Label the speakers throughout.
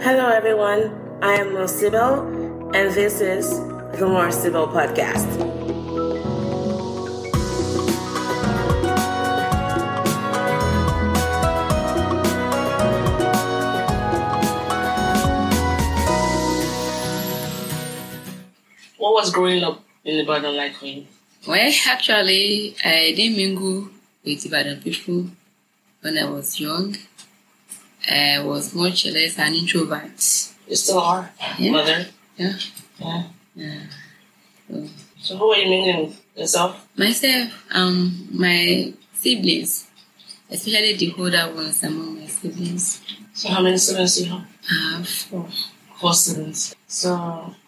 Speaker 1: Hello, everyone. I am Mo Sibyl, and this is the More Sibyl Podcast.
Speaker 2: What was growing up in Ibadan like for you?
Speaker 3: Well, actually, I didn't mingle with Ibadan people when I was young. I was much less an introvert.
Speaker 2: You still are,
Speaker 3: Yeah.
Speaker 2: mother.
Speaker 3: Yeah.
Speaker 2: Yeah.
Speaker 3: Yeah.
Speaker 2: So who are you mingling with? Yourself?
Speaker 3: Myself, um, my siblings, especially the older ones among my siblings,
Speaker 2: So how many siblings do you have?
Speaker 3: I have four.
Speaker 2: Four siblings. So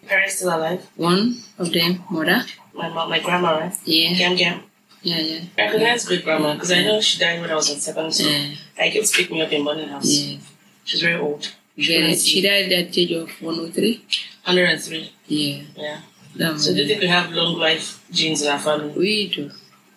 Speaker 2: parents still alive?
Speaker 3: one of them mother.
Speaker 2: My mom, my grandma, right?
Speaker 3: Yeah,
Speaker 2: Gam Gam.
Speaker 3: yeah, yeah.
Speaker 2: I recognize great grandma because I know she died when I was in secondary school.
Speaker 3: Yeah,
Speaker 2: Like it pick me up in boarding house.
Speaker 3: yeah.
Speaker 2: She's very old.
Speaker 3: Then she died at the age of 103.
Speaker 2: 103.
Speaker 3: Yeah.
Speaker 2: Yeah.
Speaker 3: That
Speaker 2: So do you
Speaker 3: one.
Speaker 2: think we have long life genes in our family?
Speaker 3: We do.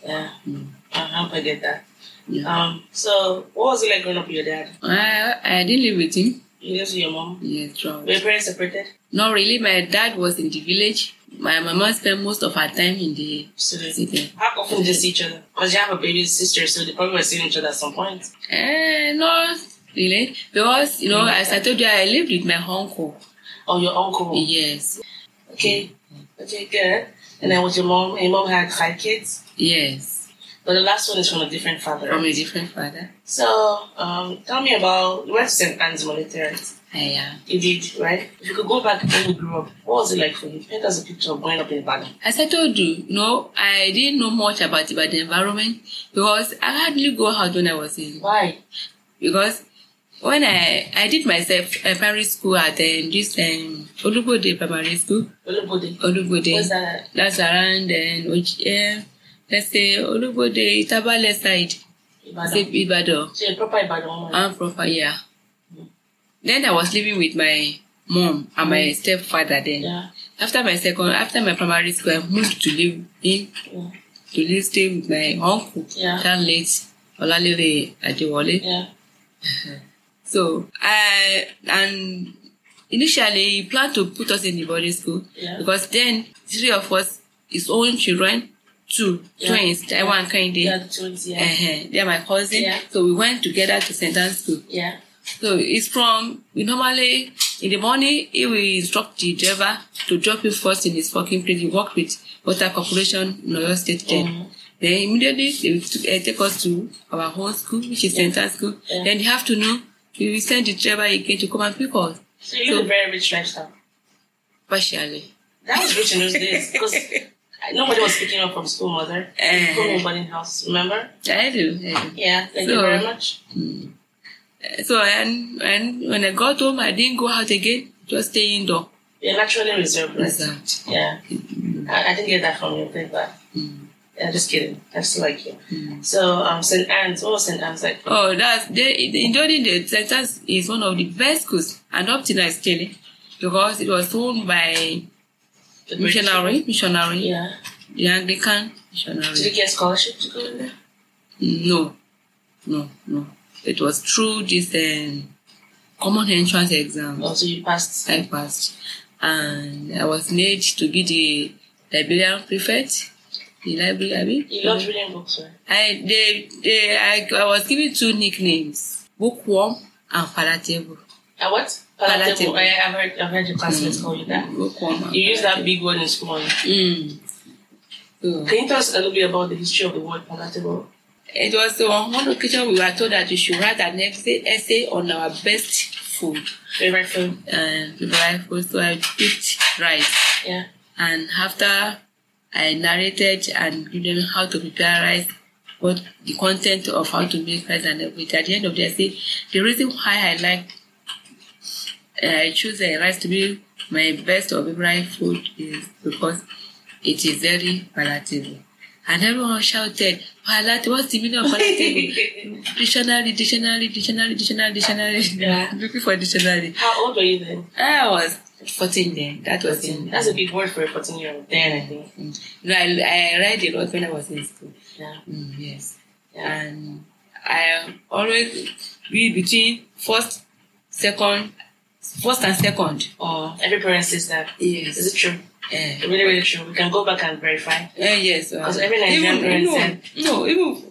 Speaker 2: Yeah.
Speaker 3: Mm.
Speaker 2: I hope I get that.
Speaker 3: Yeah.
Speaker 2: Um, so what was it like growing up with your dad?
Speaker 3: I, I didn't live with him.
Speaker 2: You lived with your mom?
Speaker 3: Yeah, throughout.
Speaker 2: Were your parents separated?
Speaker 3: Not really. My dad was in the village. My mama spent most of her time in the
Speaker 2: Students.
Speaker 3: city.
Speaker 2: How often do you see each other? Because you have a baby sister, so they probably were seeing each other at some point.
Speaker 3: Eh, not really. Because, you know, as I told you, I lived with my uncle.
Speaker 2: Or Oh, your uncle.
Speaker 3: Yes.
Speaker 2: Okay. Okay, good. And then with your mom, your mom had five kids,
Speaker 3: Yes.
Speaker 2: but the last one is from a different father.
Speaker 3: From a different father.
Speaker 2: So, um, tell me about you went to St. Anne's Monetary.
Speaker 3: I am.
Speaker 2: You did, right? If you could go back when you grew up, what was it like for you? Paint us a picture of growing up in Ibadan.
Speaker 3: As I told you, you know, I didn't know much about, about the environment because I hardly go out when I was in
Speaker 2: Why?
Speaker 3: because when I I did myself uh, primary school at um, this um, Olubode primary school,
Speaker 2: Olubode.
Speaker 3: Olubode.
Speaker 2: What's that?
Speaker 3: That's around um, Oji, um, let's say Olubode Itabale side, say
Speaker 2: Ibadan.
Speaker 3: Ibadan.
Speaker 2: So you're a proper Ibadan woman.
Speaker 3: I'm proper yeah. Then I was living with my mom and my stepfather. Then
Speaker 2: yeah.
Speaker 3: after my second, after my primary school, I moved to live in
Speaker 2: Yeah.
Speaker 3: to live stay with my uncle,
Speaker 2: Yeah.
Speaker 3: that late Olalere Adewale.
Speaker 2: Yeah.
Speaker 3: So I and initially he planned to put us in the boarding school
Speaker 2: Yeah.
Speaker 3: because then three of us, his own children, two
Speaker 2: Yeah.
Speaker 3: twins,
Speaker 2: Yeah.
Speaker 3: Taiwan kind
Speaker 2: Yeah,
Speaker 3: of.
Speaker 2: the twins, yeah.
Speaker 3: Uh-huh. They're my cousin.
Speaker 2: Yeah.
Speaker 3: So we went together to St. Anne's School.
Speaker 2: Yeah.
Speaker 3: So it's from, we normally, in the morning, he will instruct the driver to drop you first in his parking place. He worked with Water Corporation in Oyo State then.
Speaker 2: Mhm.
Speaker 3: Then immediately, they will t- eh, take us to our home school, which is Central School.
Speaker 2: Yeah.
Speaker 3: Then in the afternoon, we will send the driver again to come and pick us,
Speaker 2: So you live a very rich lifestyle.
Speaker 3: partially.
Speaker 2: That was rich in those days because nobody was picking up from school, mother.
Speaker 3: Eh.
Speaker 2: From boarding house, remember?
Speaker 3: I do, I do.
Speaker 2: Yeah, thank you
Speaker 3: So-
Speaker 2: very much.
Speaker 3: Eh, So, and, and when I got home, I didn't go out again, just stay indoor.
Speaker 2: You're naturally reserved, right?
Speaker 3: Exactly.
Speaker 2: Yeah. I, I didn't get that from you, thank God. Yeah, just kidding. I still like you. So, um, St. Anne's, what was St. Anne's like?
Speaker 3: Oh, that's they, in during the centers is one of the best schools and up to now still because it was owned by
Speaker 2: The British-
Speaker 3: missionary, missionary,
Speaker 2: Yeah.
Speaker 3: the Anglican
Speaker 2: Did you
Speaker 3: missionary.
Speaker 2: get scholarship to go in there?
Speaker 3: No, no, no. It was through this um, common entrance exam
Speaker 2: Also, you passed.
Speaker 3: I passed, and I was made to be the Liberian prefect. The library, I mean.
Speaker 2: You loved reading books, right?
Speaker 3: I they, they I, I was given two nicknames: bookworm and palatable.
Speaker 2: Uh, what?
Speaker 3: Palatable.
Speaker 2: Palatable. Mm. I, I've heard, I've heard your classmates call you that.
Speaker 3: Bookworm. and
Speaker 2: You use that
Speaker 3: palatable.
Speaker 2: big word in school.
Speaker 3: Mm. So,
Speaker 2: Can you tell us a little bit about the history of the word palatable?
Speaker 3: it was on one occasion we were told that we should write an essay, essay on our best food
Speaker 2: Favorite food?
Speaker 3: and favorite food. So I picked rice,
Speaker 2: Yeah.
Speaker 3: and after I narrated and give them how to prepare rice, what the content of how to make rice and everything. At the end of the essay, the reason why I like I choose uh, rice to be my best or favorite food is because it is very palatable. And everyone shouted, palatable, what's the meaning of palatable? dictionary, dictionary, dictionary, dictionary, dictionary.
Speaker 2: Yeah.
Speaker 3: Looking for dictionary.
Speaker 2: How old were you then?
Speaker 3: I was 14 then. That was in.
Speaker 2: That's a big word for a 14 year old then, I think.
Speaker 3: No, I, I read a lot when I was in school.
Speaker 2: Yeah.
Speaker 3: Mm, yes.
Speaker 2: Yeah.
Speaker 3: And I always read between first, second, first and second. Or
Speaker 2: Every parent says that.
Speaker 3: yes,
Speaker 2: Is it true?
Speaker 3: eh,
Speaker 2: Really, really true. We can go back and verify.
Speaker 3: eh, yes. uh,
Speaker 2: 'Cause every Nigerian parent
Speaker 3: even,
Speaker 2: said-
Speaker 3: no, no, even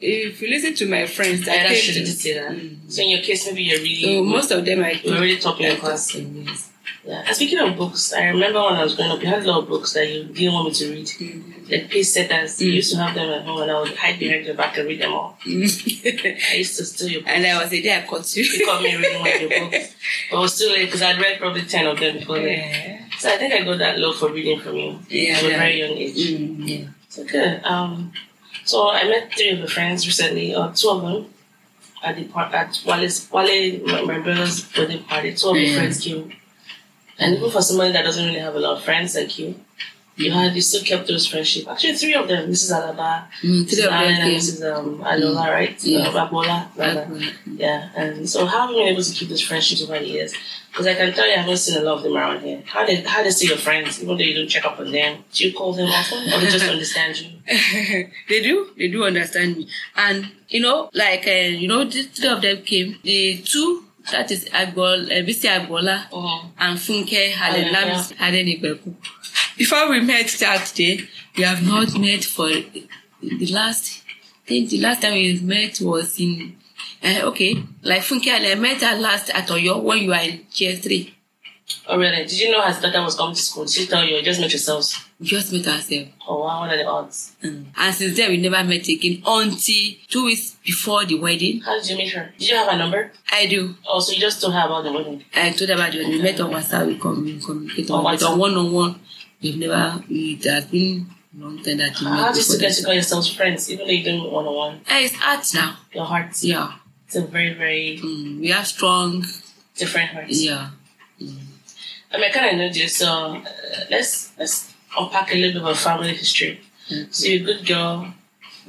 Speaker 3: if you listen to my friends, I
Speaker 2: I
Speaker 3: think-
Speaker 2: should say that. So in your case, maybe you're really
Speaker 3: So Oh, most of them I
Speaker 2: you're really top in
Speaker 3: think-
Speaker 2: class.
Speaker 3: Yes.
Speaker 2: Yeah. And speaking of books, I remember when I was growing up, you had a lot of books that you didn't want me to read. Like please said that you used to have them at home, and I would hide behind your back and read them all.
Speaker 3: Mm.
Speaker 2: I used to steal your books.
Speaker 3: and I was a day I caught you.
Speaker 2: you caught me reading one of your books, but it was too late because I'd read probably ten of them before then.
Speaker 3: Yeah.
Speaker 2: So I think I got that love for reading from you
Speaker 3: Yeah,
Speaker 2: at a
Speaker 3: yeah.
Speaker 2: very young age.
Speaker 3: Mm, yeah.
Speaker 2: So good. Um, so I met three of her friends recently, or two of them, at the par- at Wale's Wale my, my brother's birthday party. Two of my
Speaker 3: Yeah.
Speaker 2: friends came, and even for somebody that doesn't really have a lot of friends like you, you had you still kept those friendship. Actually, three of them: Mrs. Alaba,
Speaker 3: Mm,
Speaker 2: Mrs.
Speaker 3: three of
Speaker 2: Allen,
Speaker 3: them
Speaker 2: and
Speaker 3: came. Mm.
Speaker 2: Mrs. Um, Alola, right?
Speaker 3: Yeah.
Speaker 2: Uh, Babola, rather. Yeah, and so how have you been able to keep those friendships over the years? Because I can tell you, I haven't seen a lot of them around here. How they how they see your friends, even though you don't check up on them? Do you call them often, or they just understand you?
Speaker 3: Mm-hmm. they do they do understand me and you know like uh, you know the three of them came the two that is agbol uh, bisi agbola
Speaker 2: Mhm.
Speaker 3: and funke
Speaker 2: Hallelujah.
Speaker 3: halelamis adenigbeku before we met that day we have not met for the last i think the last time we met was in uh, okay like funke Hale, i met her last at oyo when you were in tier three
Speaker 2: Oh, really? Did you know her daughter was coming to school? She tell you, just make yourselves.
Speaker 3: we just met ourselves
Speaker 2: Oh, wow, what are the odds?
Speaker 3: mm. and since then we never met again until two weeks before the wedding
Speaker 2: How did you meet her? Did you have her number?
Speaker 3: i do
Speaker 2: Oh, so you just told her about the wedding.
Speaker 3: I told her about the we met on WhatsApp, we com- we communicate on,
Speaker 2: On
Speaker 3: but
Speaker 2: WhatsApp.
Speaker 3: on one on one, we've never, it has been long time that we
Speaker 2: How
Speaker 3: met.
Speaker 2: did you
Speaker 3: before
Speaker 2: still get to
Speaker 3: that.
Speaker 2: call yourselves friends, even though you don't one on one?
Speaker 3: Eh, It's art now.
Speaker 2: Your hearts.
Speaker 3: Yeah.
Speaker 2: It's a very, very
Speaker 3: Mm, we are strong.
Speaker 2: different hearts.
Speaker 3: Yeah.
Speaker 2: I mean, I kind of know this, so uh, let's let's unpack a little bit of our family history.
Speaker 3: Mm.
Speaker 2: So you're a good girl,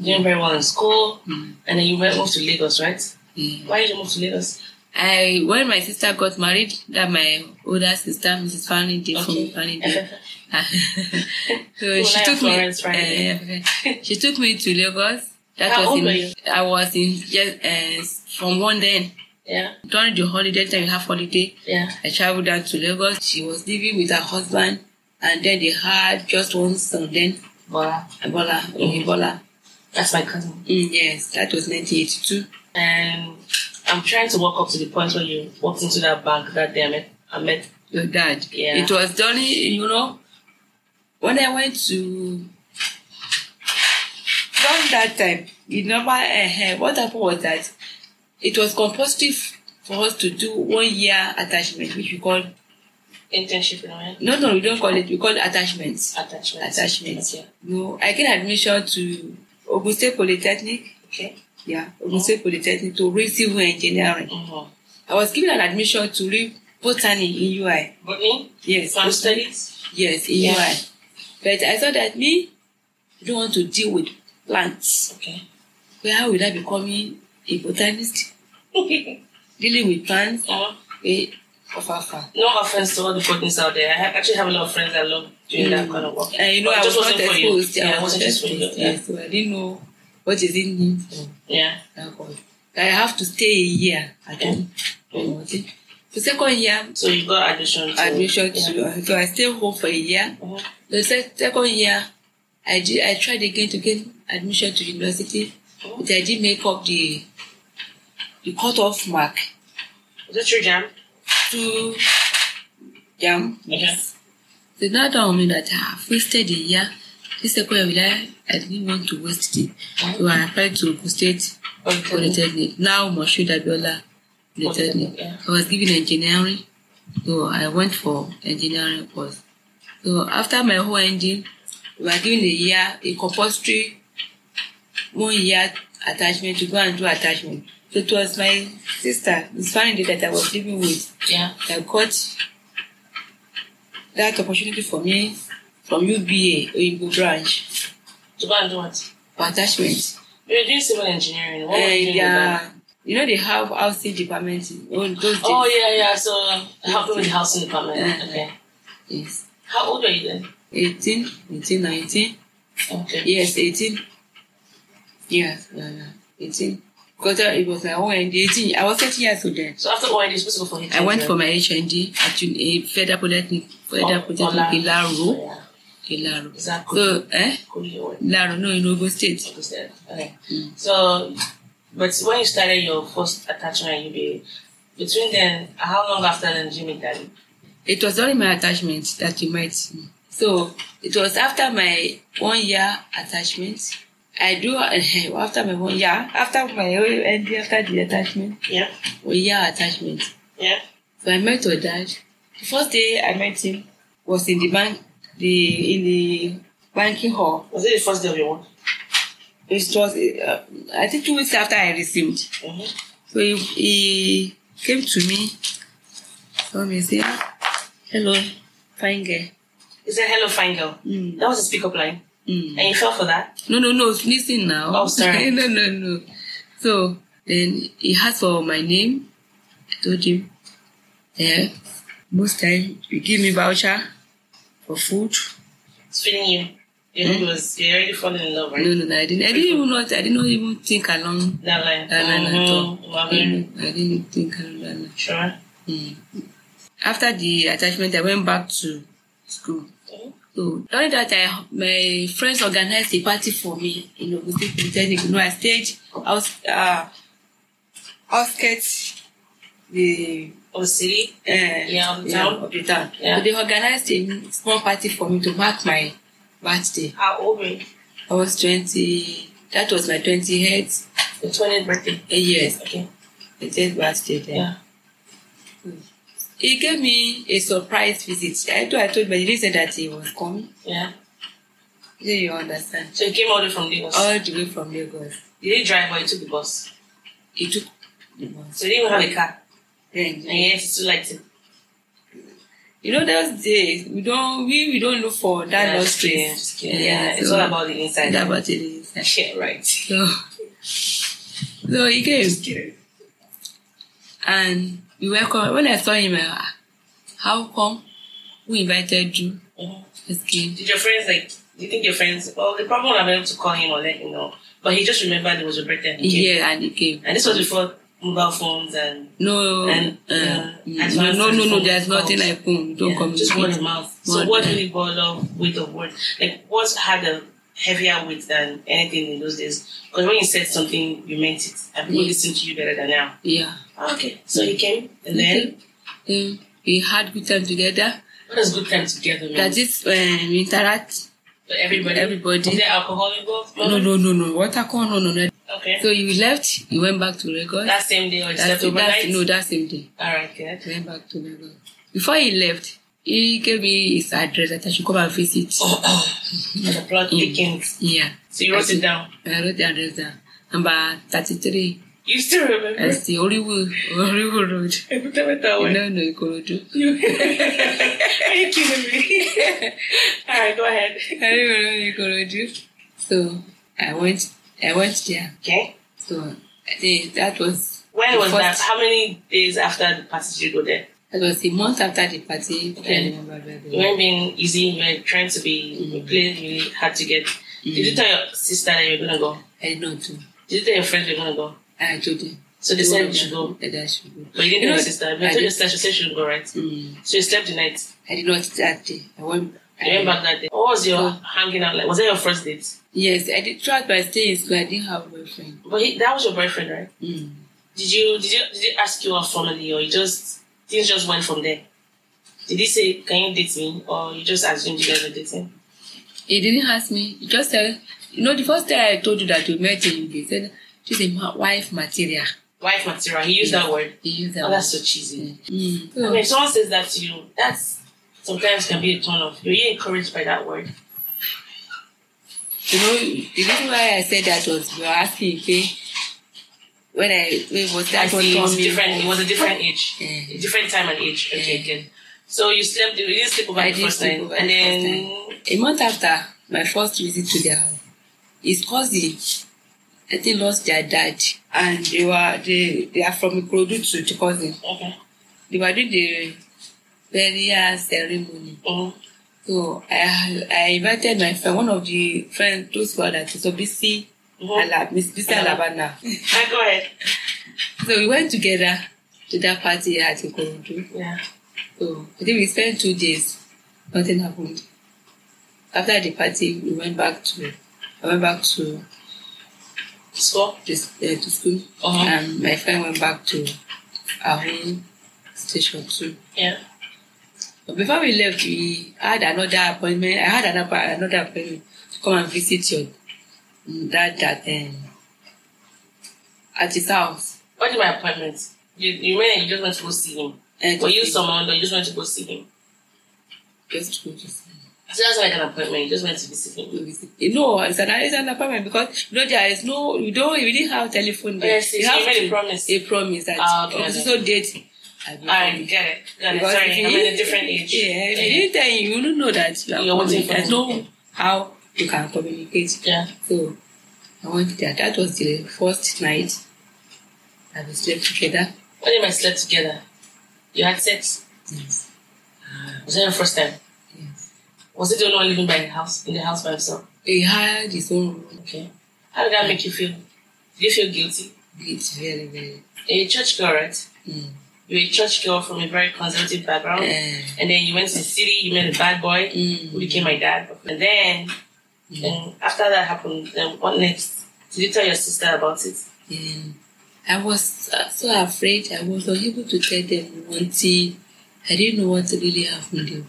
Speaker 2: doing very well in school, and then you went moved to Lagos, right?
Speaker 3: Mm.
Speaker 2: Why did you move to Lagos?
Speaker 3: I when my sister got married, that my older sister, Mrs. Fanny did
Speaker 2: Okay.
Speaker 3: from Fanny did. so
Speaker 2: Well,
Speaker 3: she
Speaker 2: I
Speaker 3: took me.
Speaker 2: Florence Friday.
Speaker 3: eh, eh, she took me to Lagos. That
Speaker 2: How
Speaker 3: was
Speaker 2: old
Speaker 3: in.
Speaker 2: were you?
Speaker 3: I was in just uh, from one then
Speaker 2: yeah,
Speaker 3: during the holiday time. You have holiday.
Speaker 2: yeah.
Speaker 3: I traveled down to Lagos. She was living with her husband, and then they had just one son. Then
Speaker 2: Wow,
Speaker 3: Ebola, mm. Ebola.
Speaker 2: that's my cousin.
Speaker 3: Mm, yes, that was 1982.
Speaker 2: And I'm trying to walk up to the point where you walked into that bank that day I met. I met
Speaker 3: Your dad.
Speaker 2: Yeah.
Speaker 3: It was during, you know, when I went to from that time. You know, uh, what happened was that it was compulsory f- for us to do one year attachment, which we call
Speaker 2: internship in Oyo.
Speaker 3: no, no, we don't call it. We call it attachments.
Speaker 2: Attachment.
Speaker 3: Attachment.
Speaker 2: Okay.
Speaker 3: No, I get admission to Ogun State Polytechnic.
Speaker 2: okay.
Speaker 3: Yeah, Ogun State Polytechnic to read civil engineering.
Speaker 2: Mm-hmm.
Speaker 3: I was given an admission to read botany in UI.
Speaker 2: Botany?
Speaker 3: Yes,
Speaker 2: Farm
Speaker 3: botany-
Speaker 2: studies?
Speaker 3: Yes, in
Speaker 2: Yeah.
Speaker 3: UI. But I thought that me, I don't want to deal with plants.
Speaker 2: Okay.
Speaker 3: Where how will I becoming a botanist dealing with plants?
Speaker 2: Uh-huh.
Speaker 3: Eh, of our farm.
Speaker 2: No offense to all the botanists out there. I ha- actually have a lot of friends that love doing that kind of work.
Speaker 3: Mm. And you know,
Speaker 2: But
Speaker 3: I
Speaker 2: it
Speaker 3: was
Speaker 2: just
Speaker 3: not
Speaker 2: wasn't for you.
Speaker 3: exposed.
Speaker 2: Yeah,
Speaker 3: I
Speaker 2: it
Speaker 3: was
Speaker 2: wasn't
Speaker 3: not
Speaker 2: just for you.
Speaker 3: exposed.
Speaker 2: Yeah.
Speaker 3: Yes, so I didn't know what is it mean for.
Speaker 2: yeah.
Speaker 3: alcohol. Oh I have to stay a year at home. Oh,
Speaker 2: Mm.
Speaker 3: Okay. The second year,
Speaker 2: So you got admission to
Speaker 3: admission
Speaker 2: yeah.
Speaker 3: to uh, so I stay home for a year.
Speaker 2: Mhm.
Speaker 3: The se- second year, I did I tried again to get admission to university, but I did make up the the cut off mark
Speaker 2: Is it true, Jam?
Speaker 3: to jam.
Speaker 2: Okay.
Speaker 3: So now that I mean that I have wasted a year. This second year, will I, I didn't want to waste it. So I applied to Ogun State
Speaker 2: Okay.
Speaker 3: Polytechnic. Now Moshood Abiola Polytechnic.
Speaker 2: Polytechnic, yeah.
Speaker 3: I was given engineering, so I went for engineering course. So after my whole ending, we were given a year, a compulsory one year attachment to go and do attachment. So it was my sister, this family that I was living with,
Speaker 2: Yeah.
Speaker 3: that got that opportunity for me from UBA, Oyinbo branch,
Speaker 2: To go and do what?
Speaker 3: for attachment.
Speaker 2: You were doing civil engineering. What were you
Speaker 3: Eh,
Speaker 2: doing with that?
Speaker 3: yeah. You know they have housing department in all those days.
Speaker 2: Oh yeah, yeah. So helping with the housing department.
Speaker 3: Uh-huh.
Speaker 2: Okay.
Speaker 3: Yes.
Speaker 2: How old were you then?
Speaker 3: 18, 18, 19.
Speaker 2: Okay.
Speaker 3: Yes, 18. Yes, yeah, yeah. 18. Because uh, it was my OND 18. I was 18 years old then.
Speaker 2: So after OND, you're supposed to go for HND.
Speaker 3: I went for my HND at Uni- eh, Federal Polytechnic, Federal Polytechnic in Laro.
Speaker 2: Yeah.
Speaker 3: In Laro.
Speaker 2: Is that good?
Speaker 3: So, eh?
Speaker 2: Cool. you went.
Speaker 3: Laro, no, in Ogun State.
Speaker 2: Understand? Okay.
Speaker 3: Mm.
Speaker 2: So, but when you started your first attachment at UBA, between then, how long after then did you meet daddy?
Speaker 3: It was during my attachment that you met me. So it was after my one year attachment. I do uh, after my one year, after my end, after the attachment,
Speaker 2: Yeah.
Speaker 3: one year attachment.
Speaker 2: Yeah.
Speaker 3: So I met your dad. The first day I met him was in the bank, the in the banking hall.
Speaker 2: Was it the first day of your work?
Speaker 3: It was uh, I think two weeks after I received.
Speaker 2: Mm-hmm.
Speaker 3: So he, he came to me, saw me, say, "Ah, "Hello, fine girl."
Speaker 2: He said, hello, fine girl.
Speaker 3: Mm.
Speaker 2: That was his pick-up line.
Speaker 3: Mm.
Speaker 2: And you fell for that?
Speaker 3: No, no, no, listen now.
Speaker 2: Oh, sorry.
Speaker 3: no, no, no. So then he asked for my name. I told him, yeah, most time you give me voucher for food.
Speaker 2: It's feeling you. Your
Speaker 3: Mm.
Speaker 2: head was, you're already falling in love, right?
Speaker 3: No, no, no, I didn't. I didn't even not. I didn't not even think along
Speaker 2: That line.
Speaker 3: that line at all. Mm.
Speaker 2: Mhm. Love it.
Speaker 3: I didn't think along that line.
Speaker 2: Sure.
Speaker 3: Mm. After the attachment, I went back to school.
Speaker 2: Mhm.
Speaker 3: So during that time, my friends organized a party for me in Ogun State Polytechnic. You know, I stayed out, uh, outskirts the
Speaker 2: Of the city?
Speaker 3: uh,
Speaker 2: Yeah, of the town.
Speaker 3: of the town.
Speaker 2: Yeah.
Speaker 3: So they organized a small party for me to mark my birthday.
Speaker 2: How old were you?
Speaker 3: I was 20, that was my 28th
Speaker 2: Your 20th birthday.
Speaker 3: uh, years,
Speaker 2: Okay.
Speaker 3: 28th birthday then.
Speaker 2: Yeah.
Speaker 3: He gave me a surprise visit. I told, I told but he didn't say that he was coming.
Speaker 2: Yeah.
Speaker 3: Do you understand?
Speaker 2: So you came all the way from Lagos.
Speaker 3: All the way from Lagos.
Speaker 2: you didn't drive, but you took the bus.
Speaker 3: He took the bus.
Speaker 2: So you didn't even have a car.
Speaker 3: Then,
Speaker 2: And yet it's too light. to-
Speaker 3: you know those days we don't we, we don't look for that
Speaker 2: Yeah,
Speaker 3: lost
Speaker 2: yeah,
Speaker 3: trace.
Speaker 2: just kidding. Yeah, it's
Speaker 3: so-
Speaker 2: all about the inside.
Speaker 3: that about it is.
Speaker 2: Yeah, right.
Speaker 3: So, so he came
Speaker 2: kidding.
Speaker 3: and we welcome. When I saw him, I, ah, how come who invited you?
Speaker 2: Mhm.
Speaker 3: Just came.
Speaker 2: Did your friends like? Do you think your friends? Well, they probably would have been able to call him or let him know, but he just remembered it was your birthday. And he came.
Speaker 3: Yeah, and he came.
Speaker 2: And this was before mobile phones and
Speaker 3: No,
Speaker 2: And,
Speaker 3: uh,
Speaker 2: uh,
Speaker 3: mm,
Speaker 2: as well
Speaker 3: no,
Speaker 2: as
Speaker 3: no, no, no.
Speaker 2: telephone
Speaker 3: There's nothing
Speaker 2: calls.
Speaker 3: like phone. Don't
Speaker 2: yeah,
Speaker 3: come.
Speaker 2: just word of mouth. So
Speaker 3: Word,
Speaker 2: what
Speaker 3: yeah.
Speaker 2: really boiled off with the word? Like what had a heavier weight than anything in those days? Because when you said something, you meant it, and people
Speaker 3: Yeah.
Speaker 2: listen to you better than now. Ah,
Speaker 3: Yeah.
Speaker 2: Okay, so he came, and then
Speaker 3: Then we had good time together.
Speaker 2: what does good time together mean?
Speaker 3: That is um, interact.
Speaker 2: For everybody.
Speaker 3: Everybody.
Speaker 2: Is there alcohol involved?
Speaker 3: No, no, no, no. Water come, no, no, no.
Speaker 2: Okay.
Speaker 3: So you left. You went back to Lagos.
Speaker 2: that same day or you
Speaker 3: That's
Speaker 2: slept
Speaker 3: the, that's,
Speaker 2: overnight?
Speaker 3: no, that same day.
Speaker 2: Alright, good.
Speaker 3: Went back to Lagos. Before he left, he gave me his address that I should come and visit.
Speaker 2: Oh. And the plot
Speaker 3: Mm.
Speaker 2: thickens.
Speaker 3: Yeah.
Speaker 2: So you wrote it down.
Speaker 3: I wrote the address down. Number 33.
Speaker 2: You still remember?
Speaker 3: That's the Oriwu, Oriwu Road.
Speaker 2: Every time I thought,
Speaker 3: No,
Speaker 2: wait.
Speaker 3: no, Ikorodu.
Speaker 2: You Are you kidding me? Alright, go ahead.
Speaker 3: Oriwu Road, Ikorodu. So I went, I went there.
Speaker 2: Okay.
Speaker 3: So I think that was.
Speaker 2: When
Speaker 3: the
Speaker 2: was that?
Speaker 3: first-
Speaker 2: How many days after the party did you go there?
Speaker 3: That was a month after the party. if
Speaker 2: Okay.
Speaker 3: I remember very
Speaker 2: You
Speaker 3: well.
Speaker 2: weren't being easy, you were trying to be, you
Speaker 3: Mm-hmm.
Speaker 2: played really hard to get. Did you tell your sister that you were gonna go?
Speaker 3: Mm. I know too.
Speaker 2: Did you tell your friends you were gonna go?
Speaker 3: I told him.
Speaker 2: So they said you should go.
Speaker 3: That I should go.
Speaker 2: But you didn't
Speaker 3: You
Speaker 2: tell
Speaker 3: know,
Speaker 2: your sister. If you
Speaker 3: I
Speaker 2: told your
Speaker 3: did-
Speaker 2: sister, she said she should go, right?
Speaker 3: Mm.
Speaker 2: So you slept the night.
Speaker 3: I did not that day. I went.
Speaker 2: You went back that day. What was your
Speaker 3: Yeah.
Speaker 2: hanging out like? Was that your first date?
Speaker 3: Yes, I did throughout my stay in school. I didn't have a boyfriend.
Speaker 2: But he, that was your boyfriend, right?
Speaker 3: Mm.
Speaker 2: Did you did you did he ask you out formally, or you just things just went from there? Did he say, "Can you date me?" or you just assumed you guys were dating?
Speaker 3: He didn't ask me. He just said, you know, the first day I told you that we met him, he said, she's a ma- wife material.
Speaker 2: Wife material. He used that word.
Speaker 3: He used that
Speaker 2: Oh, that's
Speaker 3: word.
Speaker 2: so cheesy.
Speaker 3: Mm.
Speaker 2: I
Speaker 3: So,
Speaker 2: mean, if someone says that to you, that's sometimes can be a turn off. Were you encouraged by that word?
Speaker 3: you know, the reason why I said that was you were asking if eh, when I when was
Speaker 2: I
Speaker 3: that one
Speaker 2: see. It was
Speaker 3: coming.
Speaker 2: different. It was a different age,
Speaker 3: Yeah.
Speaker 2: a different time and age. Okay,
Speaker 3: Yeah.
Speaker 2: good. So you slept. You didn't sleep over
Speaker 3: I
Speaker 2: the
Speaker 3: didn't
Speaker 2: first
Speaker 3: sleep
Speaker 2: night,
Speaker 3: over
Speaker 2: and
Speaker 3: the first
Speaker 2: then
Speaker 3: A month after my first visit to their house, his cousin, I think, lost their dad, and they were they they are from Ikorodu to the cousin.
Speaker 2: okay.
Speaker 3: They were doing the burial ceremony.
Speaker 2: Mhm.
Speaker 3: So I I invited my friend, one of the friends close to her that is Obisi Alaba, Miss Mr. Alaba now.
Speaker 2: oh. Ah, go ahead.
Speaker 3: So we went together to that party at Ikorodu.
Speaker 2: Yeah.
Speaker 3: So I think we spent two days. Nothing happened. After the party, we went back to I went back to
Speaker 2: So,
Speaker 3: this, uh, to school.
Speaker 2: Uh-huh.
Speaker 3: And my friend went back to our home station too.
Speaker 2: yeah.
Speaker 3: But before we left, we had another appointment. I had another another appointment to come and visit your mm, dad that um, at his house.
Speaker 2: What did my appointment? You, you mean you just went to go see him?
Speaker 3: And
Speaker 2: Were you someone or you just went to go see him?
Speaker 3: Just to just
Speaker 2: So that's like an appointment. You just went to visit him.
Speaker 3: to visit. You know, it's an, it's an appointment because you know there is no you don't you didn't have telephone there.
Speaker 2: Yes,
Speaker 3: you
Speaker 2: yes,
Speaker 3: have
Speaker 2: you made a
Speaker 3: to-
Speaker 2: promise.
Speaker 3: A promise that
Speaker 2: Ah, okay,
Speaker 3: oh, this is
Speaker 2: okay.
Speaker 3: no date. I will
Speaker 2: I
Speaker 3: come.
Speaker 2: get it. Got it.
Speaker 3: Because
Speaker 2: Sorry,
Speaker 3: if you-
Speaker 2: I'm in a different age.
Speaker 3: Yeah, if you didn't tell you, you don't know that you are
Speaker 2: You're waiting
Speaker 3: coming.
Speaker 2: for
Speaker 3: There's
Speaker 2: me.
Speaker 3: no how you can communicate.
Speaker 2: yeah.
Speaker 3: So I went there. That was the first night that we slept together.
Speaker 2: What did I slept together? You had sex?
Speaker 3: Yes. Ah,
Speaker 2: Was that your first time?
Speaker 3: yes.
Speaker 2: Was it the only one living by the house in the house by himself?
Speaker 3: He had his own room.
Speaker 2: Okay. How did that make you feel? Did you feel guilty?
Speaker 3: It's very, very.
Speaker 2: You're a church girl, right?
Speaker 3: Mm.
Speaker 2: You're a church girl from a very conservative background.
Speaker 3: Eh,
Speaker 2: And then you went to the city, you met a bad boy who
Speaker 3: mm.
Speaker 2: became my dad. And then and after that happened, then what next? Did you tell your sister about it?
Speaker 3: Eh, I was uh, so afraid. I was unable to tell them until I didn't know what really happened. though.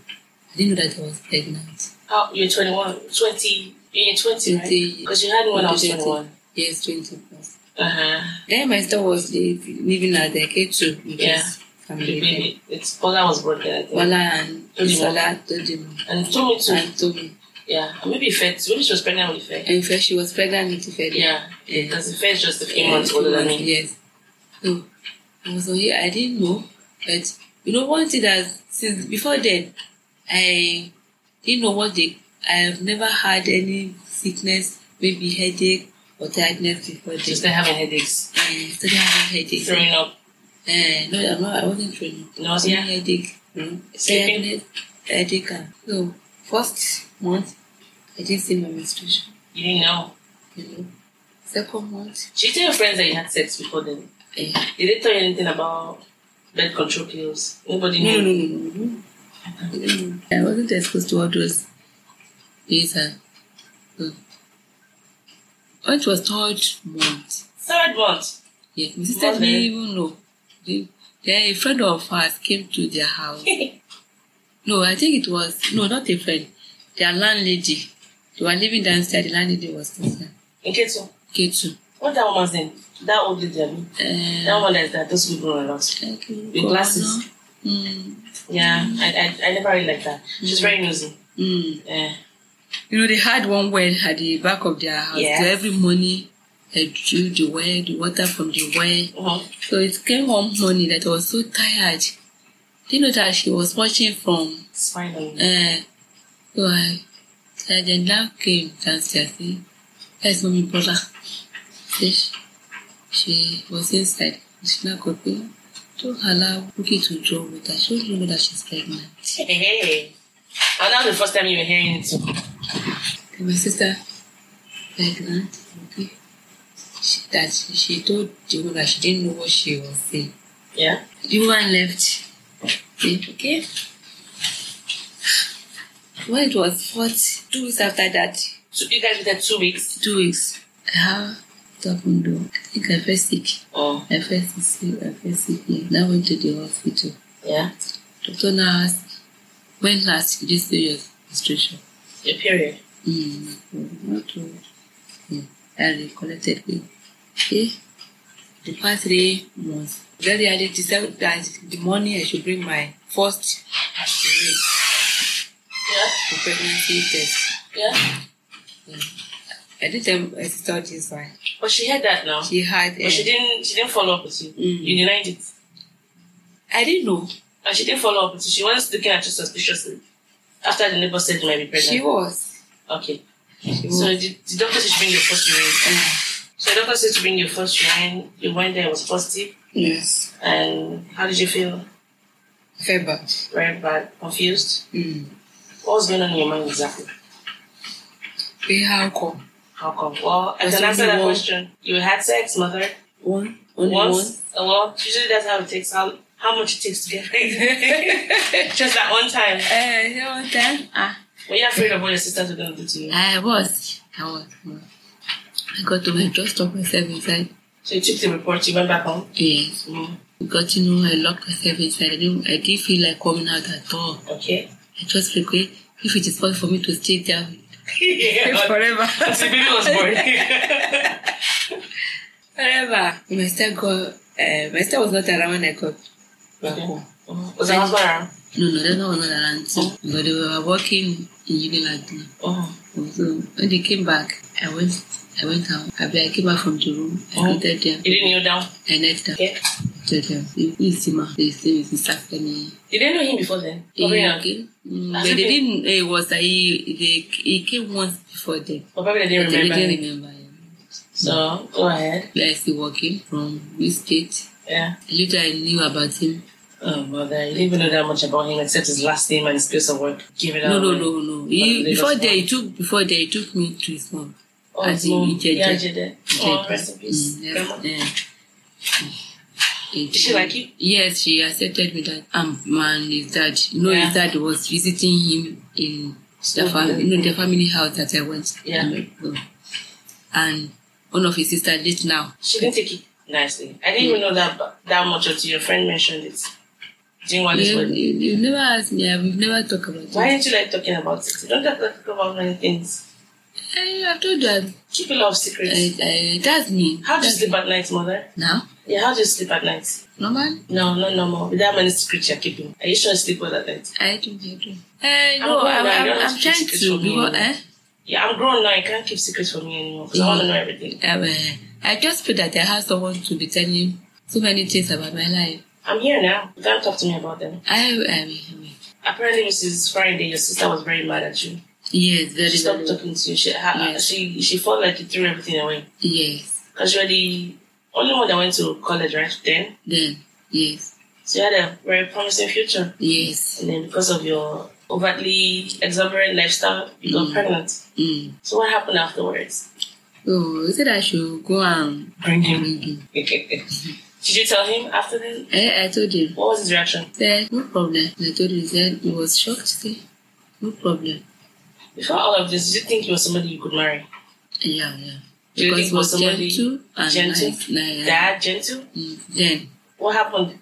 Speaker 3: I didn't know that I was pregnant.
Speaker 2: How you're 21, 20, you're 20, right?
Speaker 3: Twenty.
Speaker 2: Because you had one I was
Speaker 3: Twenty.
Speaker 2: 21.
Speaker 3: Yes, 20 plus.
Speaker 2: Uh-huh.
Speaker 3: Then my sister was liv- living at the K2 with
Speaker 2: Yeah.
Speaker 3: his
Speaker 2: The
Speaker 3: family. there.
Speaker 2: baby, it's Paula was working, I think.
Speaker 3: Wala and
Speaker 2: Told him.
Speaker 3: Isala told him
Speaker 2: and told me to
Speaker 3: and told me.
Speaker 2: Yeah, and maybe Ife, maybe she was pregnant with Ife.
Speaker 3: And first she was pregnant with Ifedi.
Speaker 2: Yeah,
Speaker 3: Yeah.
Speaker 2: because Ife is just a few
Speaker 3: Yeah,
Speaker 2: months older than me.
Speaker 3: Yes. So I was on here. I didn't know, but you know, one thing that since before then, I didn't know what they. I have never had any sickness, maybe headache or tiredness before then.
Speaker 2: She's still having headaches,
Speaker 3: I started having headache.
Speaker 2: throwing up,
Speaker 3: Eh, no, I'm not, I wasn't training.
Speaker 2: Nausea?
Speaker 3: headache. Mm.
Speaker 2: Sleeping?
Speaker 3: Tiredness, headache. and- So first month, I didn't see my menstruation.
Speaker 2: you didn't know.
Speaker 3: You know, second month,
Speaker 2: Did you tell your friends that you had sex before then?
Speaker 3: eh,
Speaker 2: Did they tell you anything about birth control pills? Nobody
Speaker 3: No,
Speaker 2: knew.
Speaker 3: no, no, no, no. I didn't know. I wasn't exposed to all those things. uh, uh. When it was third month,
Speaker 2: Third month.
Speaker 3: yes, my sister
Speaker 2: Mother.
Speaker 3: didn't even know. Then then a friend of ours came to their house. no, I think it was, no, not a friend, their landlady. They were living downstairs, the landlady was sister.
Speaker 2: In case of-
Speaker 3: K2.
Speaker 2: what that woman's name? That old lady, I mean. That
Speaker 3: Uh,
Speaker 2: one is that those people are lost.
Speaker 3: With
Speaker 2: With glasses.
Speaker 3: Mm,
Speaker 2: Yeah, I, I, I never really liked that.
Speaker 3: Mm-hmm.
Speaker 2: She's very nosy. Eh,
Speaker 3: mm.
Speaker 2: Yeah.
Speaker 3: You know, they had one well at the back of their house.
Speaker 2: Yeah.
Speaker 3: So every morning, I drew the well, the water from the well.
Speaker 2: Uh-huh.
Speaker 3: So it came one morning that I was so tired. You know that she was watching from.
Speaker 2: Spine on you.
Speaker 3: Uh, so I, so then now came downstairs. eh, That's mommy brother. Say She, she was inside. She now got me. Don't allow Cookie to draw water. She don't know that she's pregnant.
Speaker 2: Hey, hey. And that was the first time you were hearing it. too.
Speaker 3: And my sister pregnant okay she that she, she told the woman that she didn't know what she was saying
Speaker 2: Yeah.
Speaker 3: the woman left okay, okay. when it was fourth two weeks after that
Speaker 2: So you guys were there two weeks.
Speaker 3: two weeks i have talking though i think i felt sick
Speaker 2: Oh,
Speaker 3: i felt sick i felt sick yeah. now went to the hospital
Speaker 2: yeah.
Speaker 3: doctor now asked when last did you see your menstruation
Speaker 2: Your period.
Speaker 3: Mm, not to yeah, I recollected it. Okay. The past three months. Very early decided that the morning I should bring my first rate
Speaker 2: Yeah.
Speaker 3: for pregnancy test.
Speaker 2: Yeah.
Speaker 3: I did them I started this one.
Speaker 2: But she heard that now.
Speaker 3: She had
Speaker 2: But she
Speaker 3: uh,
Speaker 2: didn't she didn't follow up with you.
Speaker 3: Mm.
Speaker 2: You denied it.
Speaker 3: I didn't know.
Speaker 2: And she didn't follow up with you. She was looking at you suspiciously. After the neighbor said you might be pregnant.
Speaker 3: She was.
Speaker 2: okay.
Speaker 3: She was
Speaker 2: So the, the doctor said to bring your first urine.
Speaker 3: uh,
Speaker 2: So the doctor said to bring your first urine. You went there, it was positive.
Speaker 3: yes.
Speaker 2: And how did you feel?
Speaker 3: Fever.
Speaker 2: Very bad, confused.
Speaker 3: Mm.
Speaker 2: What was going on in your mind exactly?
Speaker 3: We have alcohol.
Speaker 2: How come? Well, I
Speaker 3: That's
Speaker 2: can answer
Speaker 3: only
Speaker 2: that
Speaker 3: one.
Speaker 2: question. You had sex, mother?
Speaker 3: One, only
Speaker 2: Once? Uh, well, usually that's how it takes, how, how much it takes to get pregnant.
Speaker 3: one.
Speaker 2: Just that one time.
Speaker 3: Eh, you know what time? Ah,
Speaker 2: Were you afraid of what your sisters were going to do to you?
Speaker 3: I was. I was. I got to my just locked myself inside.
Speaker 2: So you took the report, you went back home?
Speaker 3: Yes.
Speaker 2: Mm,
Speaker 3: Got to know I locked myself inside. I didn't, I didn't feel like coming out at all.
Speaker 2: okay.
Speaker 3: I just feel okay. If it is possible for me to stay there
Speaker 2: yeah.
Speaker 3: forever.
Speaker 2: Until baby was born.
Speaker 3: forever. My sister got, uh, my sister was not around when I got back
Speaker 2: Okay.
Speaker 3: home.
Speaker 2: was your husband around?
Speaker 3: No, no, that one was not around too. But they were working in Unilag.
Speaker 2: Oh.
Speaker 3: So when they came back, I went, I went out. I, I came back from the room. I
Speaker 2: Oh.
Speaker 3: greeted them.
Speaker 2: You didn't kneel down?
Speaker 3: I knelt down.
Speaker 2: Okay.
Speaker 3: to them. If you see my face, they will suspect me.
Speaker 2: You didn't know him before then?
Speaker 3: Eh,
Speaker 2: Probably not.
Speaker 3: okay. Mm,
Speaker 2: Has
Speaker 3: But
Speaker 2: it
Speaker 3: they
Speaker 2: been-
Speaker 3: didn't. It was that he they he came once before them.
Speaker 2: Or probably they didn't
Speaker 3: But they
Speaker 2: remember.
Speaker 3: didn't
Speaker 2: him.
Speaker 3: remember him.
Speaker 2: So, go ahead.
Speaker 3: Yeah, I still working from this state.
Speaker 2: Yeah.
Speaker 3: Little I knew about him.
Speaker 2: Oh, mother, you didn't even know that much about him except his last name and his place of work. Give it
Speaker 3: No,
Speaker 2: up.
Speaker 3: no, no, no.
Speaker 2: But
Speaker 3: He,
Speaker 2: they
Speaker 3: before
Speaker 2: just
Speaker 3: there, he took before there, he took me to his mom.
Speaker 2: Oh,
Speaker 3: As in
Speaker 2: mom.
Speaker 3: Jeje.
Speaker 2: Yeah, Jeje. Oh,
Speaker 3: Jeje.
Speaker 2: rest in peace.
Speaker 3: Mm, yes,
Speaker 2: Grandma.
Speaker 3: yeah. Mm.
Speaker 2: Did she like you?
Speaker 3: Yes, she accepted me that um man his dad. You know
Speaker 2: Yeah.
Speaker 3: his dad was visiting him in the
Speaker 2: School.
Speaker 3: family you know the family house that I went.
Speaker 2: Yeah.
Speaker 3: I went to. And one of his sister did now.
Speaker 2: She didn't take it nicely. I didn't even know that that much until your friend mentioned it. During one this
Speaker 3: You,
Speaker 2: wedding.
Speaker 3: you, you never asked me, I- we've never talked about
Speaker 2: Why
Speaker 3: it.
Speaker 2: didn't you like talking about it? You don't talk talk about many things.
Speaker 3: I, I've told you I,
Speaker 2: Keep a lot of secrets.
Speaker 3: I, I that's me.
Speaker 2: How do you
Speaker 3: That's
Speaker 2: sleep
Speaker 3: me.
Speaker 2: at night, mother?
Speaker 3: now?
Speaker 2: Yeah, how do you sleep at night?
Speaker 3: Normal?
Speaker 2: No, no, no more. With that many secrets you're keeping. Are you sure you sleep well at night?
Speaker 3: I don't I don't. Eh,
Speaker 2: I'm
Speaker 3: no,
Speaker 2: going
Speaker 3: I'm,
Speaker 2: now,
Speaker 3: I'm,
Speaker 2: you
Speaker 3: I'm,
Speaker 2: don't have to
Speaker 3: trying
Speaker 2: keep secrets
Speaker 3: to
Speaker 2: from me anymore.
Speaker 3: because eh,
Speaker 2: Yeah, I'm grown now. I can't keep secrets from you anymore because I want to know everything.
Speaker 3: I, eh, I just feel that I have someone to be telling so many things about my life.
Speaker 2: I'm here now. You can't talk to me about them.
Speaker 3: I, um, I, I
Speaker 2: Apparently, Mrs. Friday, your sister was very mad at you.
Speaker 3: Yes, very
Speaker 2: She
Speaker 3: very
Speaker 2: stopped
Speaker 3: well.
Speaker 2: talking to you. She, ha-
Speaker 3: Yes.
Speaker 2: she, she felt like you threw everything away.
Speaker 3: Yes.
Speaker 2: Because you were the only one that went to college, right? Then.
Speaker 3: Then yes.
Speaker 2: So you had a very promising future.
Speaker 3: Yes.
Speaker 2: And then because of your overtly exuberant lifestyle, you got
Speaker 3: Mm.
Speaker 2: pregnant.
Speaker 3: Mm.
Speaker 2: So what happened afterwards?
Speaker 3: So he said I should go and
Speaker 2: Bring
Speaker 3: bring him.
Speaker 2: Did you tell him after then?
Speaker 3: Eh, I, I told him.
Speaker 2: What was his reaction?
Speaker 3: Said no problem. I told him he said he was shocked. Say, no problem.
Speaker 2: Before all of this, did you think he was somebody you could marry?
Speaker 3: Yeah, yeah.
Speaker 2: Do you think
Speaker 3: Because he
Speaker 2: it was
Speaker 3: was
Speaker 2: somebody
Speaker 3: gentle and
Speaker 2: gentle?
Speaker 3: nice. nice.
Speaker 2: Dad, gentle?
Speaker 3: Mm. Then
Speaker 2: What happened?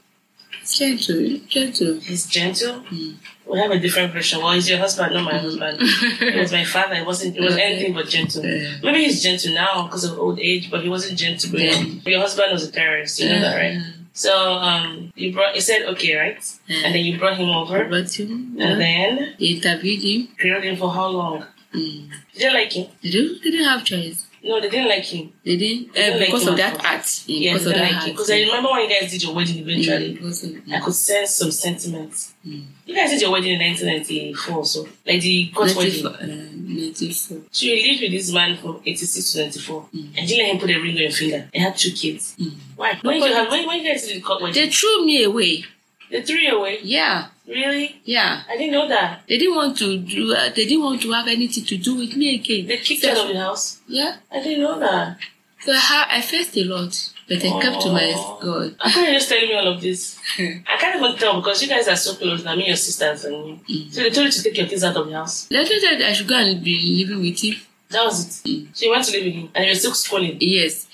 Speaker 3: gentle, gentle.
Speaker 2: He's gentle?
Speaker 3: Mm.
Speaker 2: We have a different version. Well, he's your husband, not my husband. He was my father. He wasn't. He was
Speaker 3: Hmm. Okay.
Speaker 2: anything but gentle.
Speaker 3: Yeah.
Speaker 2: Maybe he's gentle now because of old age, but he wasn't gentle. growing up. Your husband was a terrorist. You know that, right? So um, you brought. You said okay, right?
Speaker 3: Yeah.
Speaker 2: And then you brought him over,
Speaker 3: I brought him.
Speaker 2: and
Speaker 3: yeah.
Speaker 2: then
Speaker 3: He interviewed him.
Speaker 2: grilled him for how long?
Speaker 3: Mm.
Speaker 2: Did they like him?
Speaker 3: They didn't, they didn't have choice.
Speaker 2: No, they didn't like him.
Speaker 3: They didn't.
Speaker 2: didn't
Speaker 3: Uh,
Speaker 2: like
Speaker 3: because
Speaker 2: him
Speaker 3: of
Speaker 2: at
Speaker 3: that
Speaker 2: all.
Speaker 3: art.
Speaker 2: Yeah,
Speaker 3: because
Speaker 2: they didn't
Speaker 3: of that
Speaker 2: like him.
Speaker 3: art.
Speaker 2: Because I remember when you guys did your wedding eventually.
Speaker 3: Mm, because of-
Speaker 2: I could sense some sentiments.
Speaker 3: Mm.
Speaker 2: You guys did your wedding in 1994, so like the court wedding.
Speaker 3: 94, uh, 94.
Speaker 2: So you lived with this man from 86 to 94, and you let him put a ring on your finger. They had two kids.
Speaker 3: Mm.
Speaker 2: Why? When
Speaker 3: Nobody-
Speaker 2: you have when, when you guys did the court wedding,
Speaker 3: They threw me away.
Speaker 2: they threw you away.
Speaker 3: Yeah,
Speaker 2: Really?
Speaker 3: yeah.
Speaker 2: I didn't know that.
Speaker 3: They didn't want to do. Uh, they didn't want to have anything to do with me again.
Speaker 2: They kicked
Speaker 3: so,
Speaker 2: you out of the house.
Speaker 3: Yeah.
Speaker 2: I didn't know that.
Speaker 3: So I, ha- I faced a lot, but I kept to my
Speaker 2: Oh.
Speaker 3: God.
Speaker 2: I thought you just telling me all of this. I can't even tell because you guys are so close. I mean, your sisters and me.
Speaker 3: Mm.
Speaker 2: So they told you to take your kids out of the house.
Speaker 3: Later said I should go and be living with him. Mm.
Speaker 2: That was it. So you went to live with him, and you're still schooling.
Speaker 3: Yes,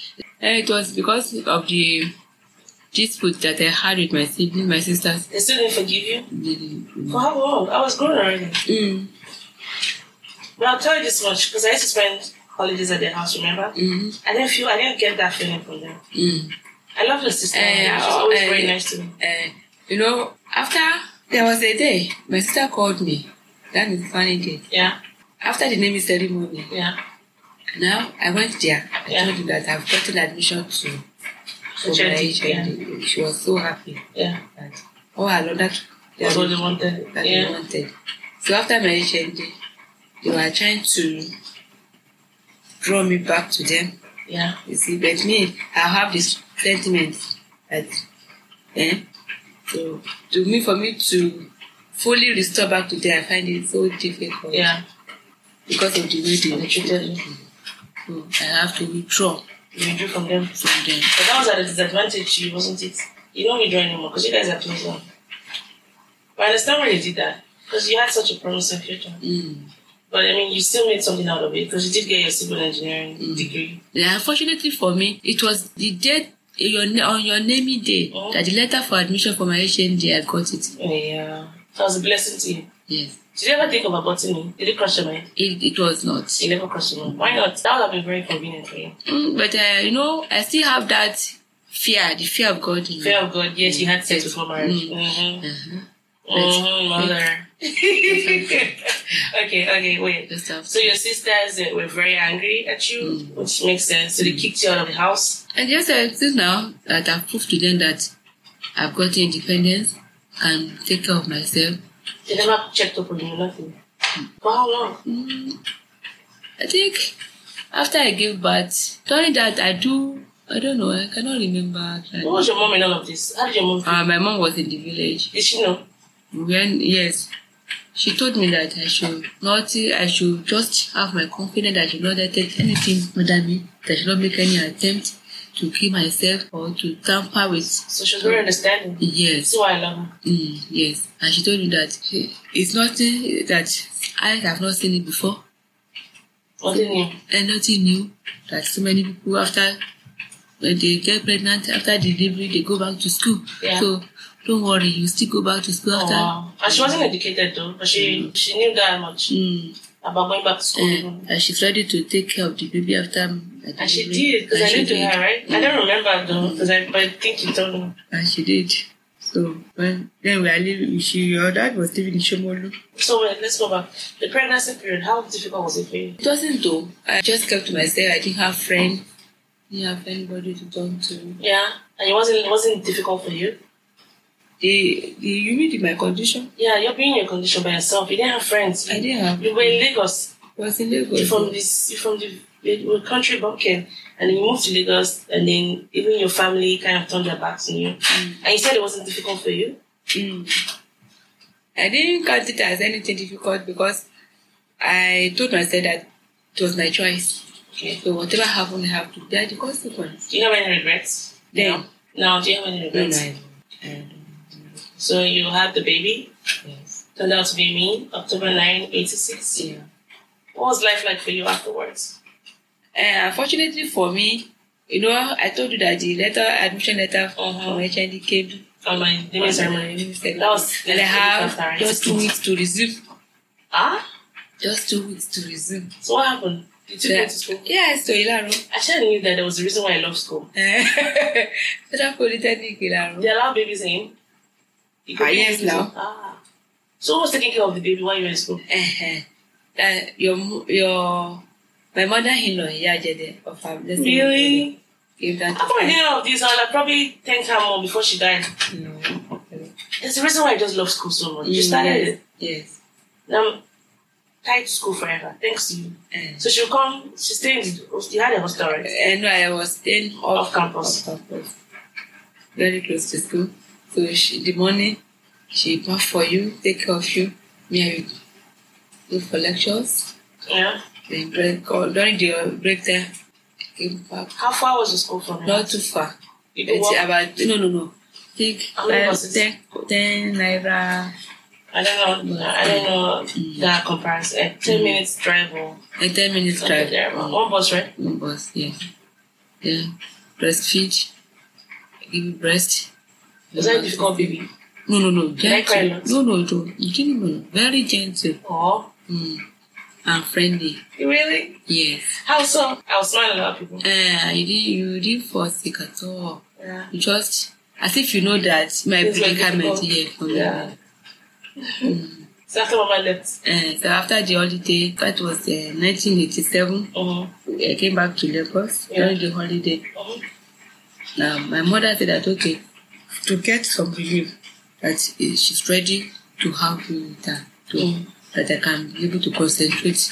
Speaker 3: and it was because of the dispute that I had with my siblings, my sisters.
Speaker 2: They still didn't forgive you.
Speaker 3: They didn't-
Speaker 2: For how long? I was grown already.
Speaker 3: Mm.
Speaker 2: But I'll tell you this much because I used to spend holidays at their house. Remember?
Speaker 3: Mm.
Speaker 2: I didn't feel. I didn't get that feeling from them.
Speaker 3: Mm.
Speaker 2: I love your sister.
Speaker 3: Eh,
Speaker 2: She's always
Speaker 3: eh,
Speaker 2: very nice to me.
Speaker 3: uh, you know, after there was a day, my sister called me. That is funny day.
Speaker 2: Yeah,
Speaker 3: After the naming ceremony,
Speaker 2: yeah.
Speaker 3: now I went there. I
Speaker 2: Yeah.
Speaker 3: told her that I've gotten admission to to my
Speaker 2: Charity,
Speaker 3: HID. She was so happy
Speaker 2: Yeah,
Speaker 3: that all her other Oh, that
Speaker 2: that's what they
Speaker 3: that
Speaker 2: wanted.
Speaker 3: they
Speaker 2: Yeah,
Speaker 3: wanted. So after my HID, they were trying to draw me back to them.
Speaker 2: yeah.
Speaker 3: You see, but me, I have this sentiment that, eh? So, to me, for me to fully restore back to them, I find it so difficult
Speaker 2: Yeah,
Speaker 3: because of the way they
Speaker 2: they treated you.
Speaker 3: So I have to withdraw
Speaker 2: You withdrew from them.
Speaker 3: from them.
Speaker 2: But that was at a disadvantage to you, wasn't it? You don't withdraw anymore because you guys are close now. But I understand why you did that because you had such a promising future.
Speaker 3: Mm.
Speaker 2: But I mean, you still made something out of it because you did get your civil engineering
Speaker 3: Mm.
Speaker 2: degree.
Speaker 3: Yeah, Unfortunately for me, it was the date your na- on your naming day
Speaker 2: Oh.
Speaker 3: that the letter for admission for my HND I got it.
Speaker 2: Yeah. That was a blessing to you.
Speaker 3: Yes,
Speaker 2: Did you ever think of aborting me? Did it cross your mind?
Speaker 3: it, it was not.
Speaker 2: It never crossed your mind. Why not? That would have been very convenient for you.
Speaker 3: Mm, but uh, you know, I still have that fear, the fear of God. in me.
Speaker 2: Fear of God, Mm. yes, you had sex
Speaker 3: Yes.
Speaker 2: before marriage.
Speaker 3: Mm.
Speaker 2: Mm-hmm.
Speaker 3: Uh-huh.
Speaker 2: Mm-hmm, mother. okay, okay, wait.
Speaker 3: Just have-
Speaker 2: So your sisters uh, were very angry at you, which makes sense. So they kicked you out of the house.
Speaker 3: And yes, I think now that I've proved to them that I've got independence, can take care of myself.
Speaker 2: They never checked up on you, nothing. For how long?
Speaker 3: Mm, I think after I gave birth, during that I do, I don't know, I cannot remember.
Speaker 2: What was your mom in all of this? How did your mom feel?
Speaker 3: Uh, my mom was in the village.
Speaker 2: Did she know?
Speaker 3: When yes, she told me that I should not, I should just have my confidence. I should not let anything bother me. That I should not make any attempt to kill myself or to tamper with.
Speaker 2: So she was very understanding.
Speaker 3: Yes.
Speaker 2: That's why I love her.
Speaker 3: Mm, yes, and she told me that she- it's nothing that I have not seen it before,
Speaker 2: Nothing new.
Speaker 3: and nothing new. That so many people after when they get pregnant after delivery they go back to school.
Speaker 2: Yeah.
Speaker 3: So don't worry, you still go back to school
Speaker 2: Oh,
Speaker 3: after.
Speaker 2: wow. And she wasn't educated though, but she she knew that much
Speaker 3: Mm,
Speaker 2: about going back to school.
Speaker 3: and, and she's ready to take care of the baby after. my
Speaker 2: And she
Speaker 3: delivery.
Speaker 2: did, because I
Speaker 3: Oh. And she
Speaker 2: knew to
Speaker 3: did. Mm.
Speaker 2: her, right? I don't remember though, because I, but I think you told me.
Speaker 3: And she did. So when then we are living, she your dad was living in Shomolu.
Speaker 2: So wait, let's go back. The pregnancy period, how difficult was it for you?
Speaker 3: It wasn't though. I just kept to myself. I didn't have friends. Didn't have anybody to talk to.
Speaker 2: Yeah, and it wasn't it wasn't difficult for you.
Speaker 3: The the you mean in my condition?
Speaker 2: Yeah, you're being in your condition by yourself. You didn't have friends.
Speaker 3: I didn't have. Mm-hmm.
Speaker 2: You were in Lagos.
Speaker 3: I was in
Speaker 2: You
Speaker 3: Lagos.
Speaker 2: from this, you from the you were country bumpkin, and then you moved to Lagos, and then even your family kind of turned their backs on you. And you said it wasn't difficult for you.
Speaker 3: Mm. I didn't count it as anything difficult because I told myself that it was my choice.
Speaker 2: Okay.
Speaker 3: So whatever happened, I have to bear the consequence.
Speaker 2: Do you have any regrets?
Speaker 3: Then,
Speaker 2: No. No, do you have any
Speaker 3: no, no,
Speaker 2: regrets?
Speaker 3: I- I
Speaker 2: So you had the baby,
Speaker 3: don't. Yes.
Speaker 2: turned out to be me, October 9, 86.
Speaker 3: Yeah.
Speaker 2: What was life like for you afterwards?
Speaker 3: Uh, unfortunately for me, you know, I told you that the letter, admission letter from
Speaker 2: Mhm.
Speaker 3: HND came
Speaker 2: On my
Speaker 3: on
Speaker 2: naming
Speaker 3: the
Speaker 2: ceremony.
Speaker 3: 27th.
Speaker 2: That was-
Speaker 3: and I have
Speaker 2: Sorry.
Speaker 3: just two weeks to resume.
Speaker 2: Ah?
Speaker 3: Just two weeks to resume.
Speaker 2: So what happened? You took me
Speaker 3: Yeah.
Speaker 2: to school?
Speaker 3: Yes, to Ilaro.
Speaker 2: Actually, I knew that there was a reason why I love school.
Speaker 3: Federal Polytechnic Ilaro.
Speaker 2: They allow babies in. You could
Speaker 3: Ah,
Speaker 2: be-
Speaker 3: yes, now.
Speaker 2: Ah. So who was taking care of the baby while you were in school? Uh-huh.
Speaker 3: Eh-heh. Uh, your mo- your my mother-in-law Yajede of her blessing.
Speaker 2: Really?
Speaker 3: Gave that
Speaker 2: How come I
Speaker 3: to
Speaker 2: didn't know of this? I would have probably thanked her more before she died.
Speaker 3: No.
Speaker 2: There's a reason why I just love school so much. You started it.
Speaker 3: Yes.
Speaker 2: And I'm tied to school forever. Thanks to you.
Speaker 3: Eh.
Speaker 2: So she'll come, she stayed in the you had a hostel, right?
Speaker 3: Eh, no, I was staying off,
Speaker 2: Off campus.
Speaker 3: off campus. Very close to school. So she, the morning, she pack for you, take care of you. Me, I will go for lectures.
Speaker 2: Yeah.
Speaker 3: Then break, or during the break time, I came back.
Speaker 2: How far was the school from here?
Speaker 3: Not too far.
Speaker 2: You could
Speaker 3: It's
Speaker 2: walk.
Speaker 3: about no no no. Think
Speaker 2: How many
Speaker 3: five,
Speaker 2: buses?
Speaker 3: ten, ten naira.
Speaker 2: I don't know. I don't know that comparison. A ten minutes drive or
Speaker 3: A ten minutes
Speaker 2: something
Speaker 3: drive.
Speaker 2: there. One bus, right?
Speaker 3: One bus, yeah. Then breastfeed. Give you breast.
Speaker 2: Was that a difficult baby?
Speaker 3: No no no.
Speaker 2: I cry a
Speaker 3: Gentle.
Speaker 2: lot?
Speaker 3: No no no. You didn't know. Very gentle
Speaker 2: Oh,
Speaker 3: mm. and friendly.
Speaker 2: really?
Speaker 3: Yes.
Speaker 2: How so? I was smiling at a lot of people.
Speaker 3: Uh, you didn't you didn't forsake at all.
Speaker 2: Yeah.
Speaker 3: You just as if you know that my
Speaker 2: It's like
Speaker 3: predicament
Speaker 2: difficult.
Speaker 3: here for me.
Speaker 2: Yeah. So after Mama left,
Speaker 3: Uh, so after the holiday, that was uh, 1987,
Speaker 2: uh-huh.
Speaker 3: I came back to Lagos
Speaker 2: Yeah.
Speaker 3: during the holiday.
Speaker 2: Uh-huh.
Speaker 3: Now, my mother said that, okay, to get some relief, that uh, she's ready to help me with her, to,
Speaker 2: Mm.
Speaker 3: that I can be able to concentrate.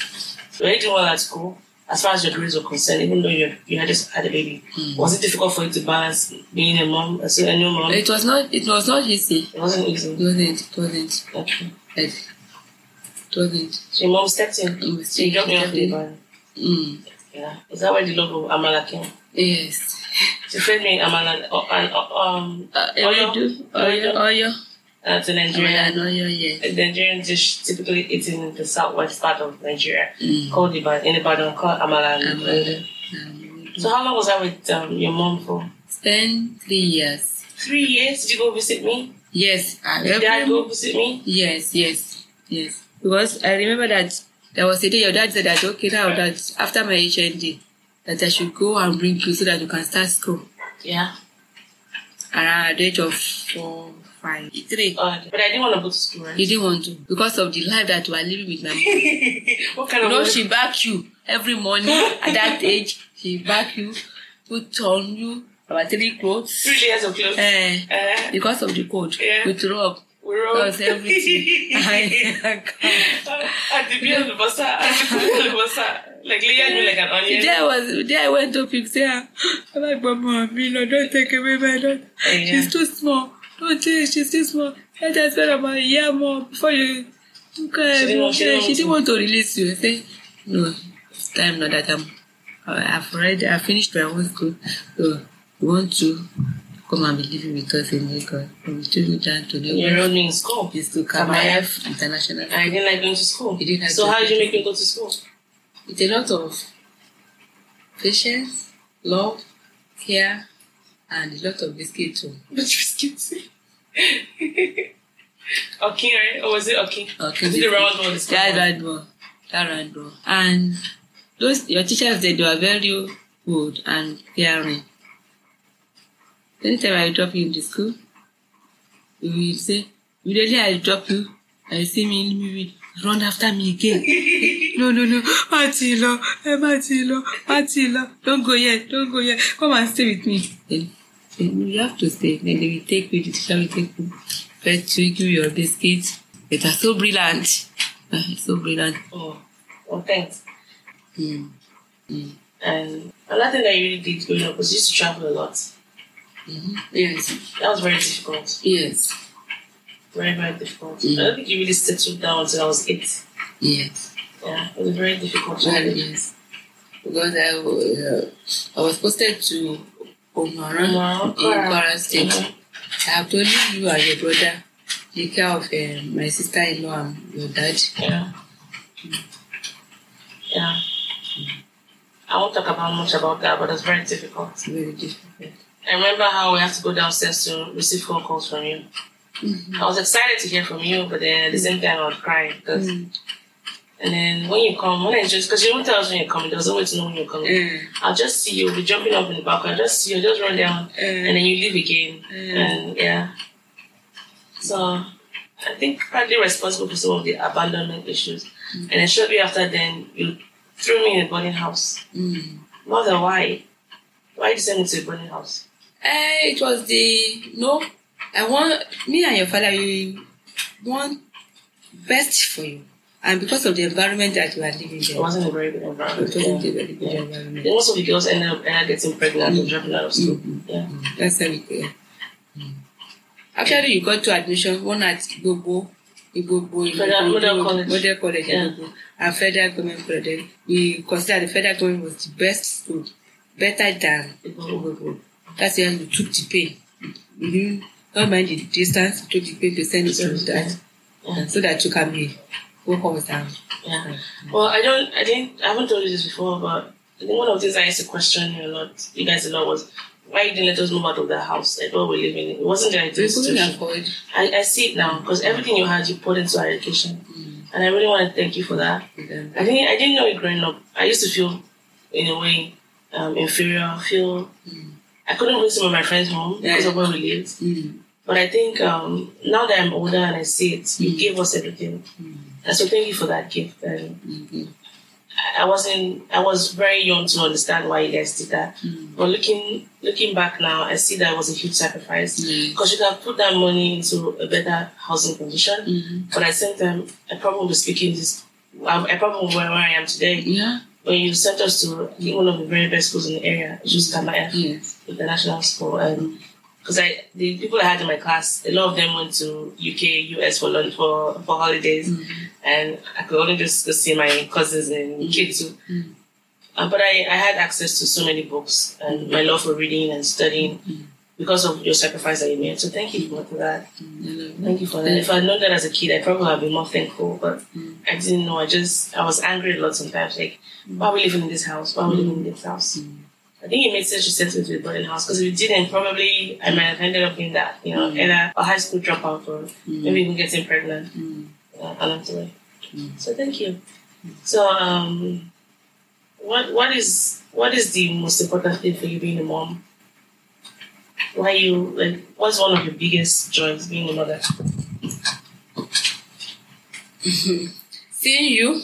Speaker 2: you were doing well at school. As far as your grades were concerned, even though you you had just had a baby, was it difficult for you to balance being a mom as a new mom? It
Speaker 3: It was not, it was not easy.
Speaker 2: wasn't
Speaker 3: It
Speaker 2: easy.
Speaker 3: wasn't, it wasn't,
Speaker 2: Okay.
Speaker 3: uh, it wasn't.
Speaker 2: So your mom stepped in.
Speaker 3: Mm,
Speaker 2: So you dropped me off in the
Speaker 3: Mm.
Speaker 2: Yeah. Is that where the logo Amala came?
Speaker 3: Yes.
Speaker 2: She sent me Amala uh, and uh, um
Speaker 3: Uh,
Speaker 2: Oyo.
Speaker 3: Ewedu, Oyo, Oyo.
Speaker 2: uh, to Nigeria.
Speaker 3: Amala and Oyo, yes.
Speaker 2: A Nigerian dish typically eaten in the southwest part of Nigeria, called Ibadan, in Ibadan, called Amala. and
Speaker 3: Amala.
Speaker 2: Ewedu.
Speaker 3: Um,
Speaker 2: So how long was I with um, your mom for?
Speaker 3: Spend three years.
Speaker 2: Three years. Did you go visit me?
Speaker 3: Yes. uh,
Speaker 2: Did
Speaker 3: every
Speaker 2: Dad go visit me?
Speaker 3: Yes, yes, yes. Because I remember that there was a day your dad said that okay now that after my HND that I should go and bring you so that you can start school
Speaker 2: Yeah.
Speaker 3: around the age of four, five, three.
Speaker 2: Uh, but I didn't want to go to school, right?
Speaker 3: You didn't want to because of the life that you are living with my mom.
Speaker 2: what kind
Speaker 3: You
Speaker 2: of
Speaker 3: know
Speaker 2: work?
Speaker 3: she back you every morning at that age. She back you, put on you about three clothes.
Speaker 2: three layers of clothes?
Speaker 3: Eh,
Speaker 2: Uh,
Speaker 3: because of the cold,
Speaker 2: Yeah.
Speaker 3: we throw up.
Speaker 2: we're
Speaker 3: That
Speaker 2: all
Speaker 3: was everything. I
Speaker 2: At Ah, the beer basa, at the cool basa, like layer me like an onion.
Speaker 3: Today I was today I went to fix her. I'm like, Mama, Milo, don't take away my daughter.
Speaker 2: Yeah.
Speaker 3: She's too small. Don't take, she's too small. Let her spend about a year more before you took her.
Speaker 2: She didn't want- she didn't
Speaker 3: she
Speaker 2: want
Speaker 3: didn't want to release you. I say, no, it's time now that I'm. I- I've already I finished my own school. So you want to come and be living with us in Lagos? We will take you down to
Speaker 2: You
Speaker 3: Lagos.
Speaker 2: enrolled me in school.
Speaker 3: It's to Kamayev International.
Speaker 2: I didn't like going to school.
Speaker 3: You didn't have
Speaker 2: so
Speaker 3: to.
Speaker 2: how did you make me go to school?
Speaker 3: It's a lot of patience, love, care, and a lot of biscuit too.
Speaker 2: But you skipped it. Okay, right? Or was it okay?
Speaker 3: Okay,
Speaker 2: Was it the
Speaker 3: biscuit.
Speaker 2: round one? The small
Speaker 3: That
Speaker 2: one?
Speaker 3: round one, that round one. And those your teachers they, they were very good and caring. Anytime I drop you in the school, you will say, immediately I drop you, I see me, me, me run after me again. no, no, no, Matilo, hey, Matilo, Matilo, don't go yet, don't go yet, come and stay with me. Then, then you have to stay, then they will take you, the teacher will take you, fetch you, give you your biscuits. They are so brilliant, Ah, so brilliant.
Speaker 2: Oh, well, thanks.
Speaker 3: Mm.
Speaker 2: And another thing that you really did growing up was you used to travel a lot.
Speaker 3: Hmm. Yes,
Speaker 2: That was very difficult.
Speaker 3: yes,
Speaker 2: Very, very difficult.
Speaker 3: Mm.
Speaker 2: I don't think you really settled down until I was eight.
Speaker 3: yes,
Speaker 2: Yeah, it was very difficult.
Speaker 3: well, yes. Because I, wa- uh, I was posted to Omaran in Kwara State. I have told you, you and your brother take care of uh, my sister-in-law and your dad.
Speaker 2: Yeah. Yeah. I won't talk about much about that, but it's very difficult.
Speaker 3: It's very difficult.
Speaker 2: I remember how we have to go downstairs to receive phone calls from you.
Speaker 3: Mm-hmm.
Speaker 2: I was excited to hear from you, but then at the same time I was crying because.
Speaker 3: Mm.
Speaker 2: And then when you come, when I just because you don't tell us when you're coming, there's no way to know when you're coming.
Speaker 3: Mm.
Speaker 2: I'll just see you, you'll be jumping up in the balcony. I'll just see you, just run down, and
Speaker 3: Mm.
Speaker 2: then you leave again.
Speaker 3: eh.
Speaker 2: And yeah. So I think partly responsible for some of the abandonment issues.
Speaker 3: Mm.
Speaker 2: And then shortly after then you threw me in a boarding house.
Speaker 3: Mm.
Speaker 2: Mother, why? Why did you send me to a boarding house?
Speaker 3: Eh, it was the no. I want me and your father. We want best for you, and because of the environment that we are living
Speaker 2: It
Speaker 3: there,
Speaker 2: wasn't a very good environment.
Speaker 3: it wasn't
Speaker 2: Yeah.
Speaker 3: a very good
Speaker 2: Yeah.
Speaker 3: environment.
Speaker 2: And Most of the girls ended up, ended up getting pregnant and dropping out of school. Yeah.
Speaker 3: That's how it. Uh, Actually, you got two admission. One at Gbogbo, Gbogbo,
Speaker 2: Federal- Model College.
Speaker 3: Model College,
Speaker 2: Yeah.
Speaker 3: Igbobo, and Federal Government College. We consider the Federal Government was the best school, better than
Speaker 2: Igbobo.
Speaker 3: Igbobo. That's why we took the pain. We didn't not mind the distance, we took the pain to send it to that,
Speaker 2: Yeah.
Speaker 3: so that you can be work us down.
Speaker 2: Yeah. Well, I don't, I didn't, I haven't told you this before, but I think one of the things I used to question you a lot, you guys a lot, was why you didn't let us move out of the house at all we're living in. It wasn't the ideal
Speaker 3: We couldn't
Speaker 2: situation.
Speaker 3: afford.
Speaker 2: I, I see it now because everything you had, you put into our education, and I really want to thank you for that.
Speaker 3: um,
Speaker 2: I didn't, I didn't know it growing up. I used to feel, in a way, um, inferior. Feel I couldn't bring some of my friends home because of where we lived.
Speaker 3: Mm.
Speaker 2: But I think um, now that I'm older and I see it, you gave us everything, and so thank you for that gift. And
Speaker 3: Mhm.
Speaker 2: I wasn't I was very young to understand why you guys did that. But looking looking back now, I see that was a huge sacrifice.
Speaker 3: Yes.
Speaker 2: Because you could have put that money into a better housing condition.
Speaker 3: Mhm.
Speaker 2: But at the same time, I probably would be speaking this um, I, I probably would be where I am today.
Speaker 3: Yeah.
Speaker 2: But you sent us to I think one of the very best schools in the area, which was Kama F
Speaker 3: Yes.
Speaker 2: International School. And because I the people I had in my class, a lot of them went to UK, US for lunch for, for holidays and I could only just go see my cousins and kids. too. Uh, but I, I had access to so many books and my love for reading and studying because of your sacrifice that you made. So thank you for that. Thank you for that. Mm. If I'd known that as a kid, I probably would have been more thankful. But I didn't know. I just I was angry a lot sometimes. Like, why are we living in this house? Why are we living in this house? I think it made sense you sent me to a boarding house because if you didn't, probably I might have ended up in that, you know, either a high school dropout or maybe even getting pregnant uh, along the way. So thank you. So um, what what is what is the most important thing for you being a mom? Why you like? What's one of your biggest joys being a mother?
Speaker 3: Seeing you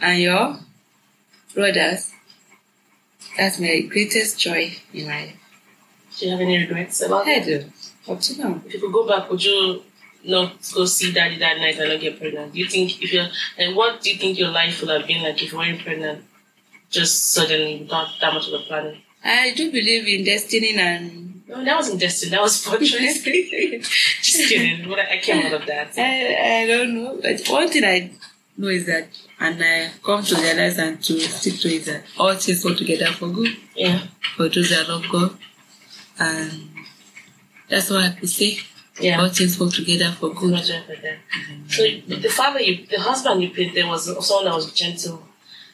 Speaker 3: and your brothers, that's my greatest joy in life.
Speaker 2: Do you have any regrets about
Speaker 3: I
Speaker 2: it?
Speaker 3: do. oh. Up to now.
Speaker 2: If you could go back, would you not go see daddy that night and not get pregnant? Do you think if you're and what do you think your life would have been like if you weren't pregnant just suddenly without that much of a planning?
Speaker 3: I do believe in destiny and
Speaker 2: No, that wasn't destiny, that was fortune.
Speaker 3: I,
Speaker 2: just kidding. What I, I came out of that.
Speaker 3: I don't know. But one thing I know is that, and I come to realize and to stick to is that all things work together for good
Speaker 2: Yeah.
Speaker 3: for those that love God, and that's what I could say.
Speaker 2: Yeah.
Speaker 3: All things work together for
Speaker 2: Too
Speaker 3: good.
Speaker 2: much effort there. So the father, you, the husband you played there was someone that was gentle,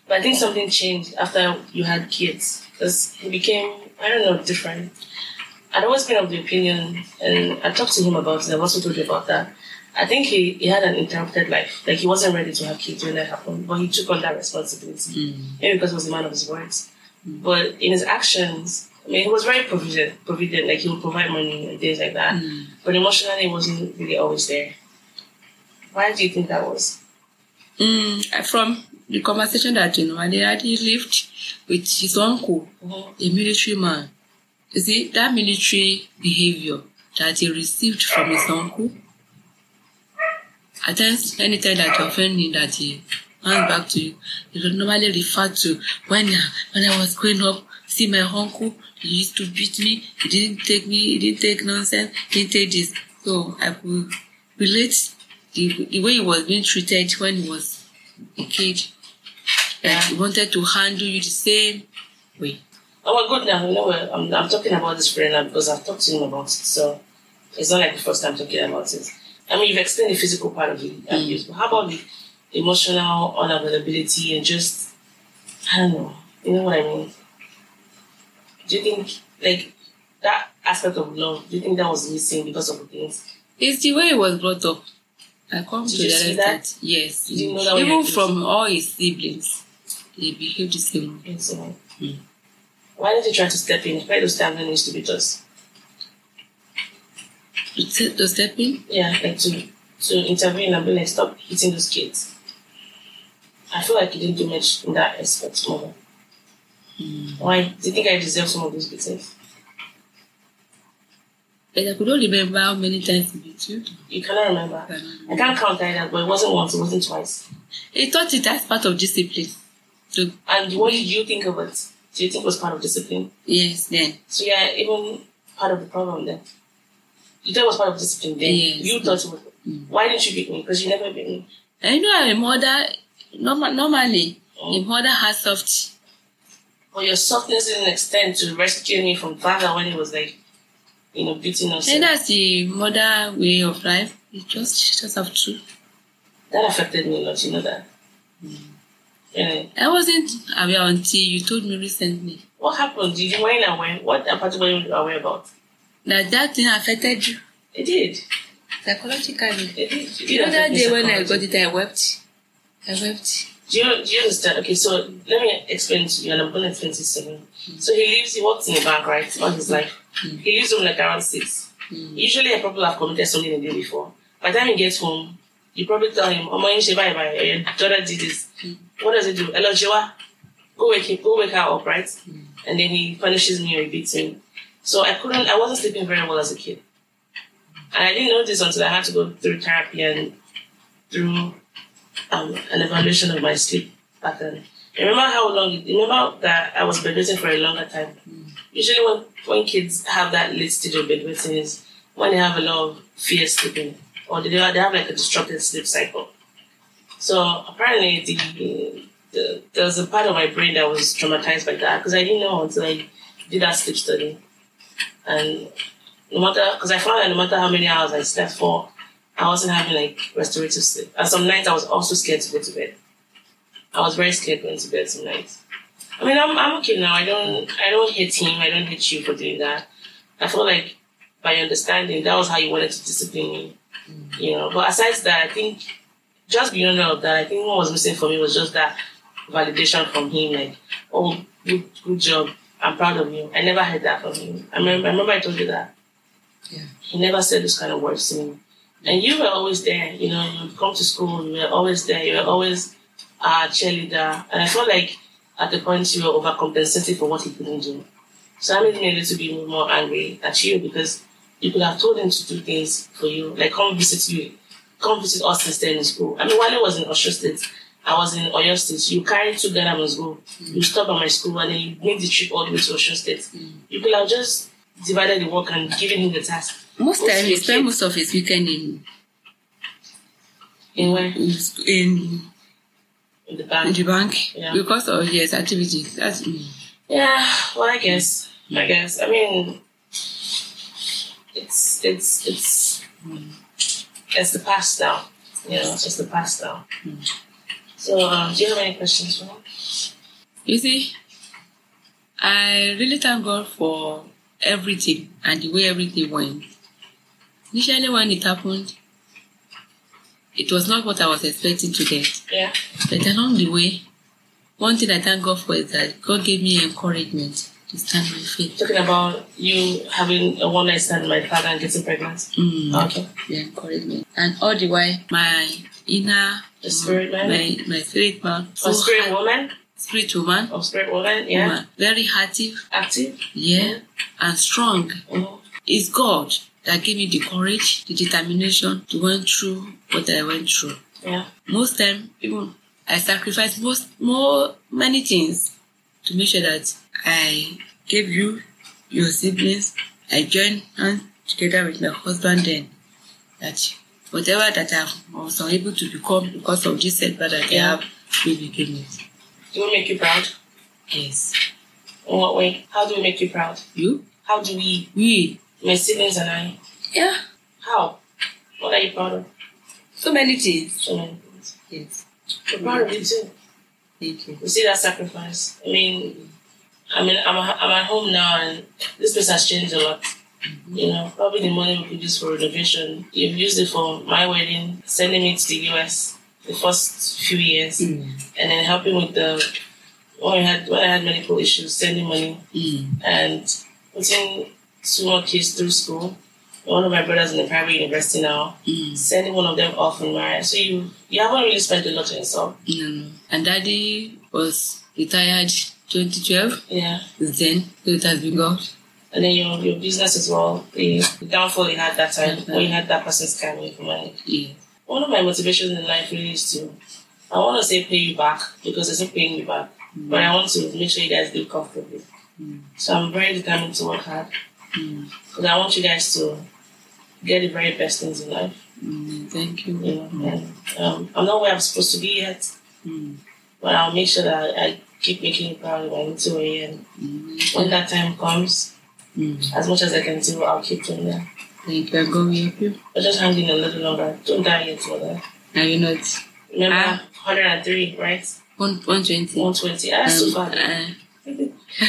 Speaker 2: but I think something changed after you had kids. Because he became, I don't know, different. I'd always been of the opinion, and I talked to him about it. I've also told you about that. I think he, he had an interrupted life. Like he wasn't ready to have kids when that happened, but he took on that responsibility. Maybe because he was a man of his words. But in his actions, I mean, he was very provident, provident. Like he would provide money and things like that.
Speaker 3: Mm.
Speaker 2: But emotionally, he wasn't really always there. Why do you think that was?
Speaker 3: Mm, from the conversation that you know, and had he lived with his uncle, a military man. You see, that military behavior that he received from his uncle, at times, anytime that you offend him, that he hands back to you, he would normally refer to when, I- when I was growing up, see my uncle, he used to beat me, he didn't take me, he didn't take nonsense, he didn't take this. So I could relate the, the way he was being treated when he was a kid. Like, he wanted to handle you the same way.
Speaker 2: Oh, well, good now. You know, well, I'm, I'm talking about this friend now because I've talked to him about it. So it's not like the first time talking about it. I mean, you've explained the physical part of the abuse, but how about the emotional unavailability and just, I don't know, you know what I mean? Do you think, like, that aspect of love, do you think that was missing because of the things?
Speaker 3: It's the way he was brought up. I come
Speaker 2: Did
Speaker 3: to
Speaker 2: you
Speaker 3: realize
Speaker 2: see
Speaker 3: that?
Speaker 2: that?
Speaker 3: yes,
Speaker 2: You didn't know that when
Speaker 3: even
Speaker 2: you-
Speaker 3: from all his siblings, they behave the same way.
Speaker 2: And so, why didn't you try to step in? Why those times when it used to be us?
Speaker 3: To te- to step in,
Speaker 2: yeah, like to to intervene and be like, stop hitting those kids. I feel like you didn't do much in that aspect, mother. Why do you think I deserve some of those beatings?
Speaker 3: but I could not remember how many times he beat you.
Speaker 2: You cannot remember.
Speaker 3: I don't
Speaker 2: I can't count either, but it wasn't once, it wasn't twice.
Speaker 3: He thought it as part of discipline. So
Speaker 2: And what did you think of it? Do you think it was part of discipline?
Speaker 3: yes, then
Speaker 2: So yeah, even part of the problem then. You thought it was part of discipline then.
Speaker 3: Yes.
Speaker 2: You thought it was. Why didn't you beat me? Because you never beat me.
Speaker 3: and you know, a mother normal, normally a
Speaker 2: Mm.
Speaker 3: mother has soft.
Speaker 2: But your softness didn't extend to rescuing me from father when he was like, you know, beating us.
Speaker 3: And that's the mother way of life. You just just have to.
Speaker 2: That affected me a lot, you know that.
Speaker 3: Mm.
Speaker 2: Yeah.
Speaker 3: I wasn't aware until you told me recently
Speaker 2: What happened? Did you weren't aware? What particular were you aware about?
Speaker 3: that that thing affected you
Speaker 2: It did.
Speaker 3: psychologically.
Speaker 2: It did. It
Speaker 3: You know
Speaker 2: did
Speaker 3: that
Speaker 2: affect me
Speaker 3: day when I got
Speaker 2: psychologically.
Speaker 3: it, I wept. I wept.
Speaker 2: Do you, do you understand? Okay, so let me explain to you, and I'm going to explain this to you. So he leaves, he works in a bank, right, all his life. He leaves home like around 6. Usually, a people have committed something the day before. By the time he gets home, you probably tell him, Oh, my bye bye, your daughter did this. What does he do? Hello, Jewa, go wake, him, go wake her up, right? And then he punishes me or he beats me. So I couldn't, I wasn't sleeping very well as a kid. And I didn't know this until I had to go through therapy and through um, an evaluation of my sleep pattern. Remember how long? Remember that I was bedwetting for a longer time. Usually, when when kids have that late stage of bedwetting is when they have a lot of fear sleeping, or they have, they have like a disrupted sleep cycle. So apparently, the the, there was a part of my brain that was traumatized by that because I didn't know until I did that sleep study. And no matter, because I found that no matter how many hours I slept for, I wasn't having like restorative sleep. And some nights I was also scared to go to bed. I was very scared going to bed some nights. I mean, I'm, I'm okay now. I don't I don't hate him. I don't hate you for doing that. I feel like by understanding that was how you wanted to discipline me, you know. But aside that, I think just beyond all of that, I think what was missing for me was just that validation from him, like, oh, good, good job. I'm proud of you. I never heard that from him. I remember, I remember I told you that.
Speaker 4: Yeah.
Speaker 2: He never said those kind of words to me. And you were always there, you know, you would come to school, you were always there, you were always our cheerleader. And I felt like at the point you were overcompensating for what he couldn't do. So that made me a little bit more angry at you because you could have told him to do things for you, like come visit you, come visit us instead in school. I mean, while I was in Osho State, I was in Oyo State. You carried two Ghana school. You stopped at my school and then you made the trip all the way to Osho State. You could have just divided the work and given him the task.
Speaker 3: Most
Speaker 2: Most
Speaker 3: time he
Speaker 2: of
Speaker 3: spent
Speaker 2: it-
Speaker 3: most of his weekend in
Speaker 2: In where?
Speaker 3: in, sc- in,
Speaker 2: In the
Speaker 3: in
Speaker 2: bank.
Speaker 3: the bank
Speaker 2: Yeah.
Speaker 3: because of his activities. That's mm.
Speaker 2: Yeah, well, I guess. I guess. I mean, it's it's it's it's the past now. You know, it's just the past now. So, um, do you have any questions for me?
Speaker 3: You see, I really thank God for everything and the way everything went. Initially, when it happened, it was not what I was expecting to get.
Speaker 2: Yeah.
Speaker 3: But along the way, one thing I thank God for is that God gave me encouragement to stand my faith.
Speaker 2: Talking about you having a one night stand with my father and getting pregnant.
Speaker 3: Mm,
Speaker 2: Okay.
Speaker 3: The encouragement. And all the while, my inner,
Speaker 2: The spirit man.
Speaker 3: my, my spirit man,
Speaker 2: Or spirit
Speaker 3: ha-
Speaker 2: woman.
Speaker 3: spirit woman,
Speaker 2: Or spirit woman. Yeah.
Speaker 3: woman, very active,
Speaker 2: Active.
Speaker 3: yeah, and strong.
Speaker 2: Mhm.
Speaker 3: It's God that gave me the courage, the determination to went through what I went through.
Speaker 2: Yeah.
Speaker 3: Most time, even I sacrificed most more many things to make sure that I gave you your siblings. I joined hands together with my husband then that whatever that I was unable to become because of this setback that I have, we became it.
Speaker 2: Do we make you proud?
Speaker 3: Yes.
Speaker 2: In what way? How do we make you proud?
Speaker 3: You?
Speaker 2: How do we,
Speaker 3: We.
Speaker 2: my siblings and I,
Speaker 3: Yeah.
Speaker 2: how? What are you proud of?
Speaker 3: So many things.
Speaker 2: So many things.
Speaker 3: Yes.
Speaker 2: We're proud of you too.
Speaker 3: Thank you.
Speaker 2: We see that sacrifice. I mean, I mean, I'm, I'm at home now, and this place has changed a lot. You know, probably the money we could use for renovation, you've used it for my wedding, sending me to the US the first few years,
Speaker 3: Mm.
Speaker 2: and then helping with the when I had when I had medical issues, sending money
Speaker 3: Mm.
Speaker 2: and putting two more kids through school. One of my brothers in the private university now,
Speaker 3: Mm.
Speaker 2: sending one of them off in marriage. So you you haven't really spent a lot on yourself.
Speaker 3: Mm. And daddy was retired 2012
Speaker 2: Yeah.
Speaker 3: since then, so it has been God.
Speaker 2: and then your your business as well. The downfall you had that time when you had that person scamming you for money.
Speaker 3: Yeah.
Speaker 2: One of my motivations in life really is to I want to say pay you back because it's not paying you back,
Speaker 3: Mm,
Speaker 2: but I want to make sure you guys live comfortably. So I'm very determined to work hard
Speaker 3: mm,
Speaker 2: because I want you guys to get the very best things in life.
Speaker 3: Mm. Thank you. Mm,
Speaker 2: You know, and, um, I'm not where I'm supposed to be yet, but I'll make sure that I keep making you proud when I need to. And
Speaker 3: Mm.
Speaker 2: when that time comes,
Speaker 3: Mm.
Speaker 2: as much as I can do, I'll keep doing that.
Speaker 3: Thank you. I'm going to help you.
Speaker 2: But just hang in a little longer. Don't die yet, mother.
Speaker 3: Are you not?
Speaker 2: Remember,
Speaker 3: Ah.
Speaker 2: 103, right?
Speaker 3: One, 120.
Speaker 2: 120. Ah, That's too
Speaker 3: Um,
Speaker 2: bad.
Speaker 3: uh,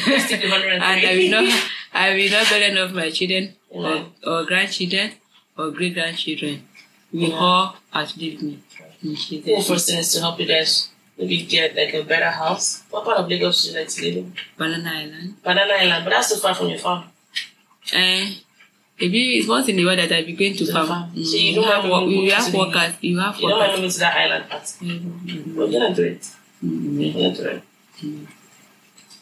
Speaker 2: Let's take the 103.
Speaker 3: and I will not, I will not burden off my children
Speaker 2: Yeah.
Speaker 3: or, or grandchildren or great grandchildren. We
Speaker 2: Yeah. Oh,
Speaker 3: all outlive me. Mm, In Jesus'
Speaker 2: I think the first thing is to help you guys maybe get like a better house. What part of Lagos do you like to live in?
Speaker 3: Banana Island.
Speaker 2: Banana Island, but that's too far from your farm.
Speaker 3: Eh, maybe it's once in a while that I'll be going to
Speaker 2: To
Speaker 3: farm.
Speaker 2: farm.
Speaker 3: Mm.
Speaker 2: So you don't
Speaker 3: have,
Speaker 2: have
Speaker 3: wo-
Speaker 2: to
Speaker 3: you
Speaker 2: go
Speaker 3: have
Speaker 2: to the-
Speaker 3: workers. You have
Speaker 2: You don't mind
Speaker 3: workers.
Speaker 2: moving to that island part.
Speaker 3: Mm,
Speaker 2: We're gonna do it.
Speaker 3: mm,
Speaker 2: We're gonna do it.
Speaker 3: Mm-hmm.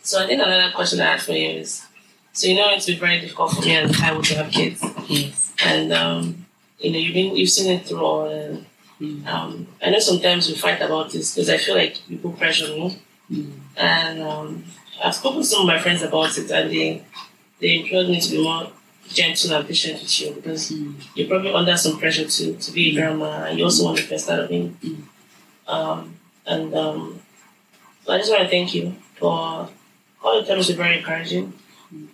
Speaker 2: So I think another question I had for you is so you know it's been very difficult for me and Taiwo to have kids.
Speaker 3: Yes.
Speaker 2: and um, you know you've been you've seen it through all. And
Speaker 3: Mm.
Speaker 2: um, I know sometimes we fight about this because I feel like people pressure me, and um, I've spoken to some of my friends about it, and they they implored me to be more gentle and patient with you because you're probably under some pressure to to be a grandma, and you also want the best out of me. Um, and um, So I just want to thank you for all the times you're very encouraging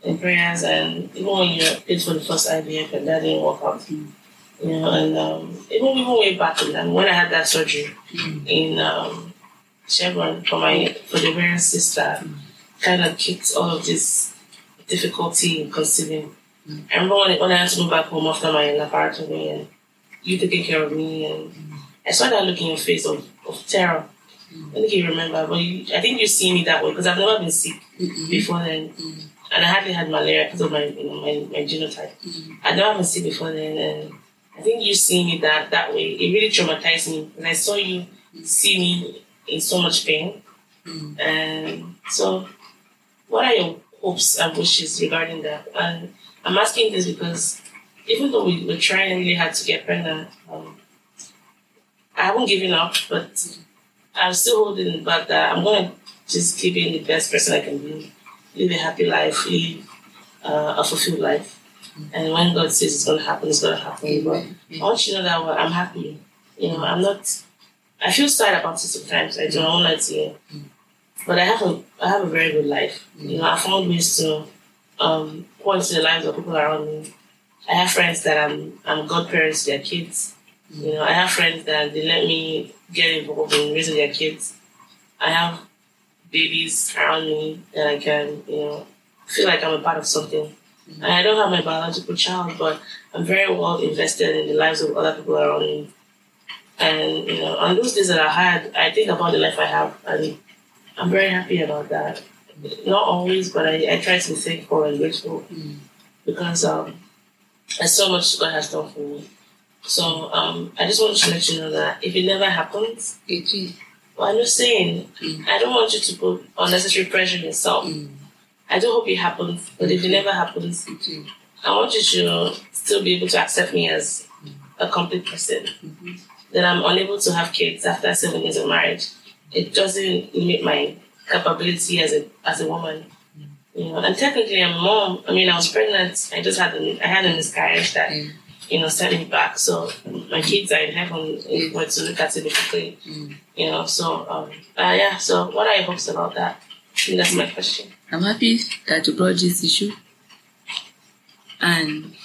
Speaker 2: in prayers, and even when you did for the first IVF and that didn't work out, you know, and um, even even way back in then, when I had that surgery in um, Chevron for my for the ovarian sister, kind of kicked all of this difficulty in conceiving. I remember when, when I had to go back home after my laparotomy and you taking care of me, and I saw that look in your face of, of terror. I don't think you remember, but you, I think you see me that way because I've never been sick
Speaker 3: Mm-hmm.
Speaker 2: before then, Mm-hmm. and I hardly had malaria because of my you know, my, my genotype. I never been sick before then, and I think you seeing me that that way it really traumatized me, and I saw you see me in so much pain, and so what are your hopes and wishes regarding that? And I'm asking this because even though we were trying really hard to get pregnant, um, I haven't given up, but I'm still holding back that I'm going to just keep being the best person I can be, live a happy life, live uh, a fulfilled life. And when God says it's going to happen, it's going to happen. But I want you to know that well, I'm happy. You know, I'm not, I feel sad about it sometimes. I don't want to you. But I have a, I have a very good life. You know, I found ways to um, pour into the lives of people around me. I have friends that I'm, I'm godparents to their kids. You know, I have friends that they let me get involved in raising their kids. I have babies around me that I can, you know, feel like I'm a part of something. And I don't have my biological child, but I'm very well invested in the lives of other people around me. And, you know, on those days that I had, I think about the life I have, and I'm very happy about that. Not always, but I, I try to be thankful and grateful because um, there's so much God has done for me. So um, I just want to let you know that if it never happens,
Speaker 3: It is.
Speaker 2: well, I'm just saying, I don't want you to put unnecessary pressure on yourself.
Speaker 3: mm,
Speaker 2: I do hope it happens, but if it never happens,
Speaker 3: It is.
Speaker 2: I want you to still be able to accept me as a complete person. That I'm unable to have kids after seven years of marriage. It doesn't limit my capability as a as a woman. You know, and technically I'm a mom. I mean, I was pregnant. I just had a, I had a miscarriage that
Speaker 3: Mm.
Speaker 2: you know sent me back. So my kids are in heaven. If
Speaker 3: Mm.
Speaker 2: we're to look at it differently, you know. So um, uh, yeah. So what are your hopes about that? I think that's my question.
Speaker 3: I'm happy that you brought this issue. And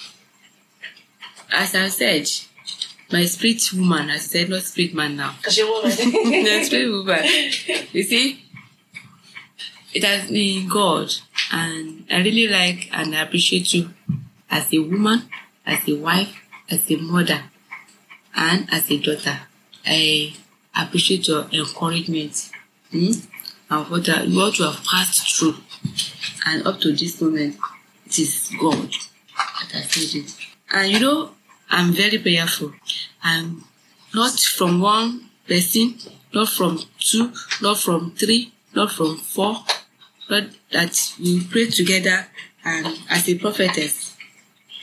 Speaker 3: as I said, my spirit woman, I said not spirit man now.
Speaker 2: Cause you're a woman.
Speaker 3: no, spirit woman. You see, it has been God, and I really like and I appreciate you as a woman, as a wife, as a mother, and as a daughter. I appreciate your encouragement hmm, and what, I- what you have passed through, and up to this moment, it is God that has said it. And you know, I'm very prayerful. I'm not from one person, not from two, not from three, not from four, but that we pray together and as a prophetess.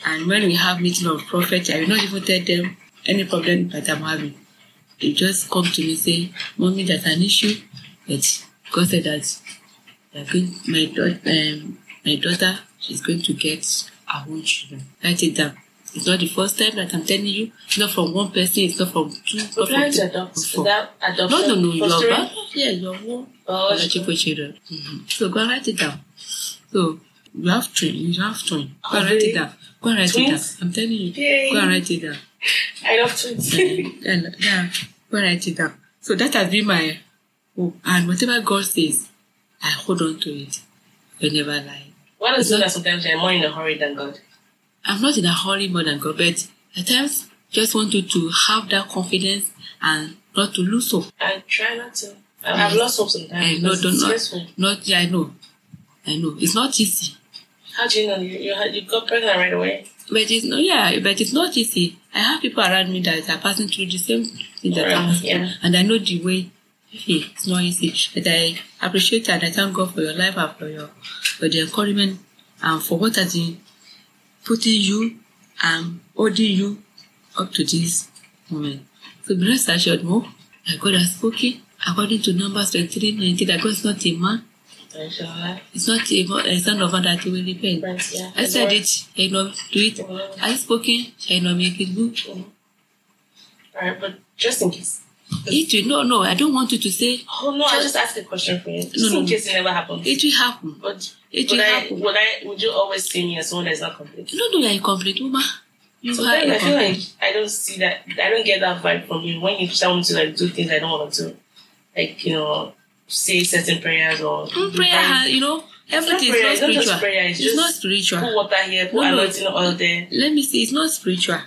Speaker 3: And when we have meeting of prophets, I will not even tell them any problem that I'm having. They just come to me say, "Mommy, that's an issue," but God said that they are going, my daughter, um, my daughter, she's going to get her own children. Write it down. It's not the first time that I'm telling you. It's not from one person. It's not from two. Not
Speaker 2: We're
Speaker 3: from
Speaker 2: planning
Speaker 3: three,
Speaker 2: to adopt.
Speaker 3: from
Speaker 2: Is
Speaker 3: four.
Speaker 2: that adoption?
Speaker 3: No, no, no. Your
Speaker 2: Fostering? Oh,
Speaker 3: back. Yeah, your womb.
Speaker 2: Biological.
Speaker 3: Biological children. Mm-hmm. So go and write it down. So you have twin. You have twin. Go and write
Speaker 2: really?
Speaker 3: it down. Go and write it down.
Speaker 2: Twins?
Speaker 3: I'm telling you.
Speaker 2: Yay.
Speaker 3: Go and write it down.
Speaker 2: I love twins.
Speaker 3: yeah, yeah. Go and write it down. So that has been my hope. And whatever God says, I hold on to it. I never lie.
Speaker 2: One is that sometimes you're more in a hurry than God.
Speaker 3: I'm not in a hurry more than God, but at times just want you to have that confidence and not to lose hope.
Speaker 2: I try not to. I have lost hope sometimes.
Speaker 3: I know,
Speaker 2: because
Speaker 3: Mm. don't
Speaker 2: it's
Speaker 3: not,
Speaker 2: stressful.
Speaker 3: not. Yeah, I know. I know. It's not easy.
Speaker 2: How do you know you, you had- you got pregnant right away?
Speaker 3: But it's not, yeah, but it's not easy. I have people around me that are passing through the same thing that I'm
Speaker 2: Right,
Speaker 3: passing
Speaker 2: yeah.
Speaker 3: through, and I know the way. Hey, it's not easy, but I appreciate and I thank God for your life and for your for the encouragement and for what has been putting you and holding you up to this moment. So be rest assured, Mo, that God has spoken according to Numbers 23, 19, that God is not a man,
Speaker 2: Inshallah.
Speaker 3: it's not a, mo- a son of man that he will repent.
Speaker 2: Right, yeah.
Speaker 3: I said it, shall not do it.
Speaker 2: Mm.
Speaker 3: I spoken, shall not make it good.
Speaker 2: All right, but just in case.
Speaker 3: It will no no. I don't want you to say
Speaker 2: Oh no, I just asked a question for you. Just
Speaker 3: No,
Speaker 2: in
Speaker 3: no.
Speaker 2: case it never happens.
Speaker 3: it will happen.
Speaker 2: But
Speaker 3: It
Speaker 2: would
Speaker 3: will
Speaker 2: I,
Speaker 3: happen.
Speaker 2: would I would you always see me as someone that's not complete?
Speaker 3: No no, you are incomplete, woman. You are
Speaker 2: Sometimes I feel like
Speaker 3: incomplete.
Speaker 2: I don't see that. I don't get that vibe from you when you tell me to like do things I don't want to do, like you know, say certain prayers or
Speaker 3: Mm, prayer, has, you know, everything
Speaker 2: prayer, it's
Speaker 3: is
Speaker 2: not
Speaker 3: not
Speaker 2: just
Speaker 3: spiritual.
Speaker 2: prayer, it's
Speaker 3: It's,
Speaker 2: just
Speaker 3: not spiritual.
Speaker 2: put water here, put
Speaker 3: No, no.
Speaker 2: anointing oil there.
Speaker 3: Let me see. It's not spiritual.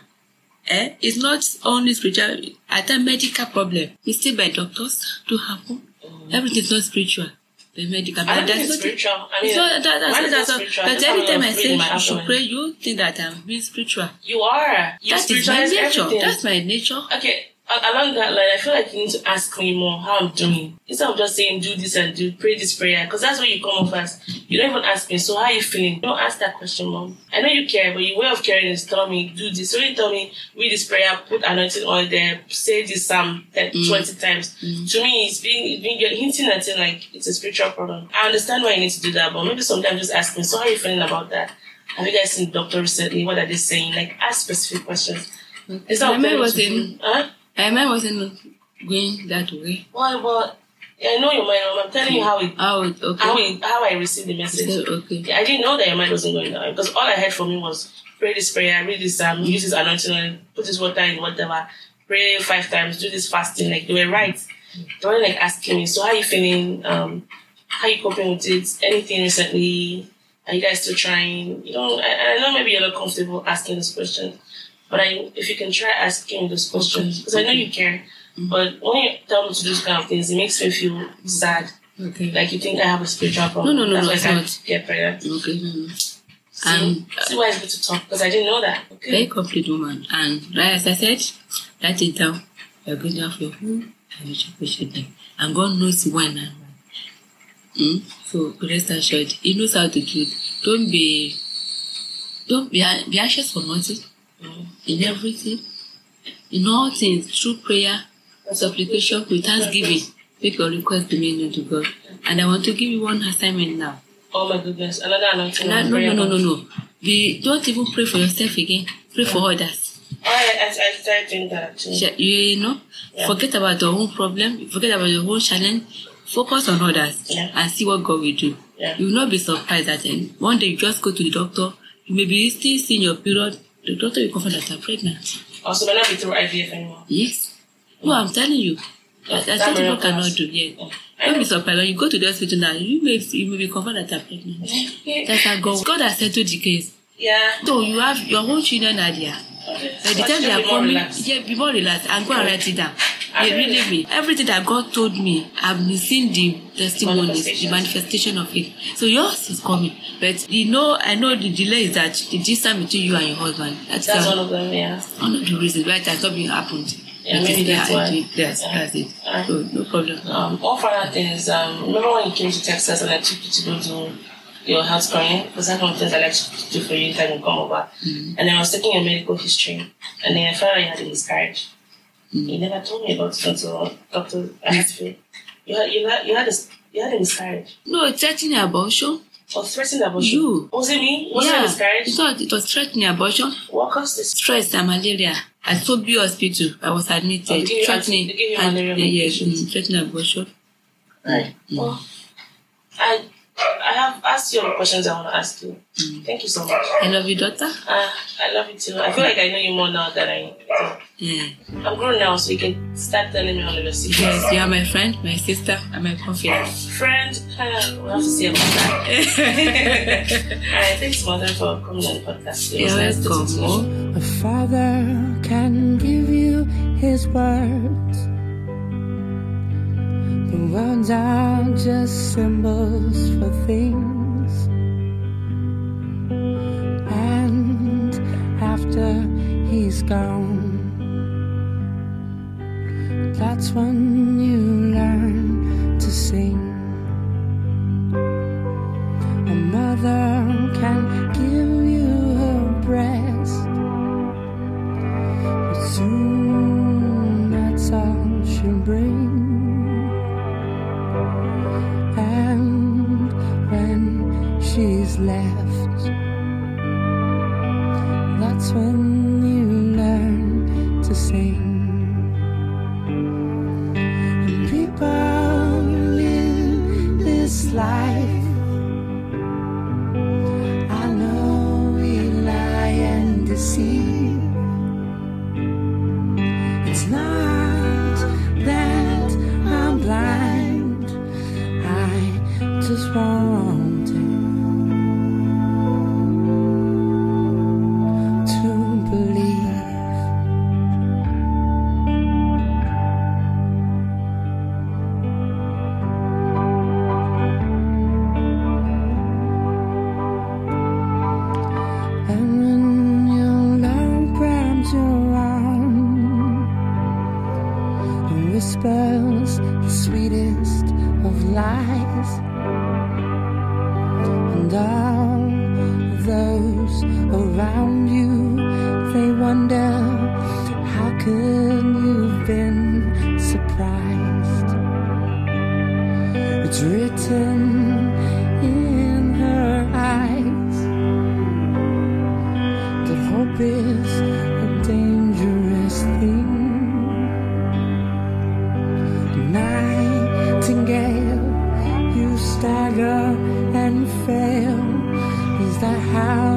Speaker 3: Eh? It's not only spiritual. At a medical problem, it's still by doctors to happen. Everything is not spiritual. The medical.
Speaker 2: Oh. I
Speaker 3: but
Speaker 2: don't think
Speaker 3: that's
Speaker 2: it's
Speaker 3: not-
Speaker 2: spiritual. I mean,
Speaker 3: It's not
Speaker 2: why
Speaker 3: that, that's,
Speaker 2: is that
Speaker 3: that's,
Speaker 2: spiritual?
Speaker 3: but
Speaker 2: That's how
Speaker 3: every time
Speaker 2: I'm
Speaker 3: I say
Speaker 2: reading my
Speaker 3: you should
Speaker 2: abdomen.
Speaker 3: pray, you think that I'm being spiritual.
Speaker 2: you are. You
Speaker 3: That is my
Speaker 2: spiritualize
Speaker 3: nature.
Speaker 2: everything.
Speaker 3: That's my nature.
Speaker 2: Okay, a- along that line, I feel like you need to ask me more how I'm doing. Instead of just saying do this and do pray this prayer, because that's where you come off as. You don't even ask me, so how are you feeling? You don't ask that question, mom. I know you care, but your way of caring is tell me do this. So you tell me read this prayer, put anointing oil there, say this psalm that
Speaker 3: Mm.
Speaker 2: twenty times. To me, it's being, it's being you're hinting at it like it's a spiritual problem. I understand why you need to do that, but maybe sometimes just ask me, so how are you feeling about that? Have you guys seen the doctor recently? What are they saying? Like ask specific questions. It's
Speaker 3: My
Speaker 2: not
Speaker 3: mind
Speaker 2: telling
Speaker 3: was
Speaker 2: to do-
Speaker 3: in,
Speaker 2: huh?
Speaker 3: my mind wasn't going that way.
Speaker 2: Why? Well, I know your mind. Mom. I'm telling you how it,
Speaker 3: Oh, okay.
Speaker 2: how it, how I received the message.
Speaker 3: So, okay.
Speaker 2: I didn't know that your mind wasn't going down because all I heard from you was pray this prayer, read this psalm, use this anointing, oil, put this water in whatever, pray five times, do this fasting. Like you were right. They were like asking me, so how you feeling? Um, how you coping with it? Anything recently? Are you guys still trying? You know, I, I know maybe you're not comfortable asking those questions, but I, if you can try asking me those questions, because I know you care. But when you tell me to do these kind of things, it makes me feel sad.
Speaker 3: Okay.
Speaker 2: Like you think I have a spiritual problem.
Speaker 3: No, no, no,
Speaker 2: That's
Speaker 3: no,
Speaker 2: why
Speaker 3: it's
Speaker 2: I can't
Speaker 3: not.
Speaker 2: get prayer.
Speaker 3: okay. no, no.
Speaker 2: See,
Speaker 3: Um,
Speaker 2: see why it's good to talk because I didn't know that.
Speaker 3: Very
Speaker 2: Okay.
Speaker 3: complete woman. And like as I said, write it down. You're going to have your home and you should appreciate them. And God knows when and when. Hmm? So rest assured, He knows how to do it. Don't be don't be, be anxious for nothing.
Speaker 2: Mm.
Speaker 3: In everything. In all things, through prayer, supplication, with thanksgiving, make your request be made known to God. And I want to give you one assignment now.
Speaker 2: Oh my goodness, another anointing.
Speaker 3: No,
Speaker 2: on
Speaker 3: no,
Speaker 2: prayer.
Speaker 3: no, no, no. Be, don't even pray for yourself again. Pray for others.
Speaker 2: Oh, I, I, I started doing that actually.
Speaker 3: Sha- you know forget about your own problem forget about your own challenge focus on others
Speaker 2: Yeah.
Speaker 3: and see what god will do
Speaker 2: Yeah.
Speaker 3: you will not be surprised that eh, one day you just go to the doctor you may be still seeing your period the doctor will confirm that you are pregnant
Speaker 2: Also, may not be through IVF anymore.
Speaker 3: yes no i'm telling you
Speaker 2: Yeah,
Speaker 3: that
Speaker 2: that Oh.
Speaker 3: that certain people
Speaker 2: miracle
Speaker 3: cannot
Speaker 2: has-
Speaker 3: do yet
Speaker 2: Yeah.
Speaker 3: don't be surprised when you go to the hospital now you may you may be confirmed that you are pregnant that's how god god has settled the case
Speaker 2: Yeah.
Speaker 3: so you have your own children are there By the
Speaker 2: But still
Speaker 3: time they are
Speaker 2: be more
Speaker 3: coming,
Speaker 2: relaxed.
Speaker 3: yeah, be more relaxed and go and write it down.
Speaker 2: I
Speaker 3: Yeah,
Speaker 2: really-
Speaker 3: really me. Everything that God told me, I've been seeing the testimonies, the
Speaker 2: Manifestations.
Speaker 3: manifestation of it. So yours is coming. But you know, I know the delay is that the distance between you and your husband. That's,
Speaker 2: That's
Speaker 3: one,
Speaker 2: one of them, yeah.
Speaker 3: one of the reasons why it has not been happened.
Speaker 2: Yeah,
Speaker 3: It is
Speaker 2: maybe
Speaker 3: there
Speaker 2: that's
Speaker 3: and
Speaker 2: why. Uh-huh.
Speaker 3: it- Yes,
Speaker 2: Yeah.
Speaker 3: that's it.
Speaker 2: Alright.
Speaker 3: So no problem.
Speaker 2: Um, all final thing is, um, remember when you came to Texas and I took you to go do your health screening? Because that's one of the things I like to do for you anytime you come over.
Speaker 3: Mm-hmm.
Speaker 2: And then I was taking your medical history, and then I found out you had a miscarriage.
Speaker 3: Mm-hmm.
Speaker 2: You never told me about it until Doctor asked you. You had you had you had a you had a miscarriage.
Speaker 3: No, threatening abortion.
Speaker 2: Or threatened abortion.
Speaker 3: You.
Speaker 2: Was it me? Was it a
Speaker 3: yeah,
Speaker 2: miscarriage?
Speaker 3: it was, it was threatening abortion,
Speaker 2: What caused this?
Speaker 3: stress, and malaria. At Tobi Hospital, I was
Speaker 2: Oh, they
Speaker 3: admitted.
Speaker 2: give you
Speaker 3: threatening,
Speaker 2: anti- they give you
Speaker 3: and-
Speaker 2: malaria
Speaker 3: yeah, yeah,
Speaker 2: medications.
Speaker 3: mm, threatening abortion.
Speaker 2: Right. Well,
Speaker 3: Mm-hmm.
Speaker 2: I I have asked you all the questions I want to ask you.
Speaker 3: Mm-hmm.
Speaker 2: Thank you so much.
Speaker 3: I love you, daughter.
Speaker 2: Uh, I love you too. I feel like I know you more now than I do.
Speaker 3: Yeah.
Speaker 2: I'm grown now, so you can start telling me all of your secrets.
Speaker 3: Yes, you are my friend, my sister, and my confidant.
Speaker 2: Friend, uh, we'll have to see about that. Alright, thanks, Mother, for coming on the podcast. It was
Speaker 3: You're
Speaker 2: nice to talk to
Speaker 3: welcome.
Speaker 2: you.
Speaker 3: oh.
Speaker 4: A father can give you his words. The words are just symbols for things. And after he's gone, that's when you learn to sing. A mother can give you her breast, but soon that's all she'll bring. And when she's left, that's when you learn to sing. life. I know he lie and deceive. It's not that I'm blind, I just want him to believe. And when your love grabs your arm and whispers the sweetest of lies, and all those around you they wonder how could you've been surprised. It's written in her eyes that hope is a dangerous thing. Nightingale, you stagger and fail. Is that how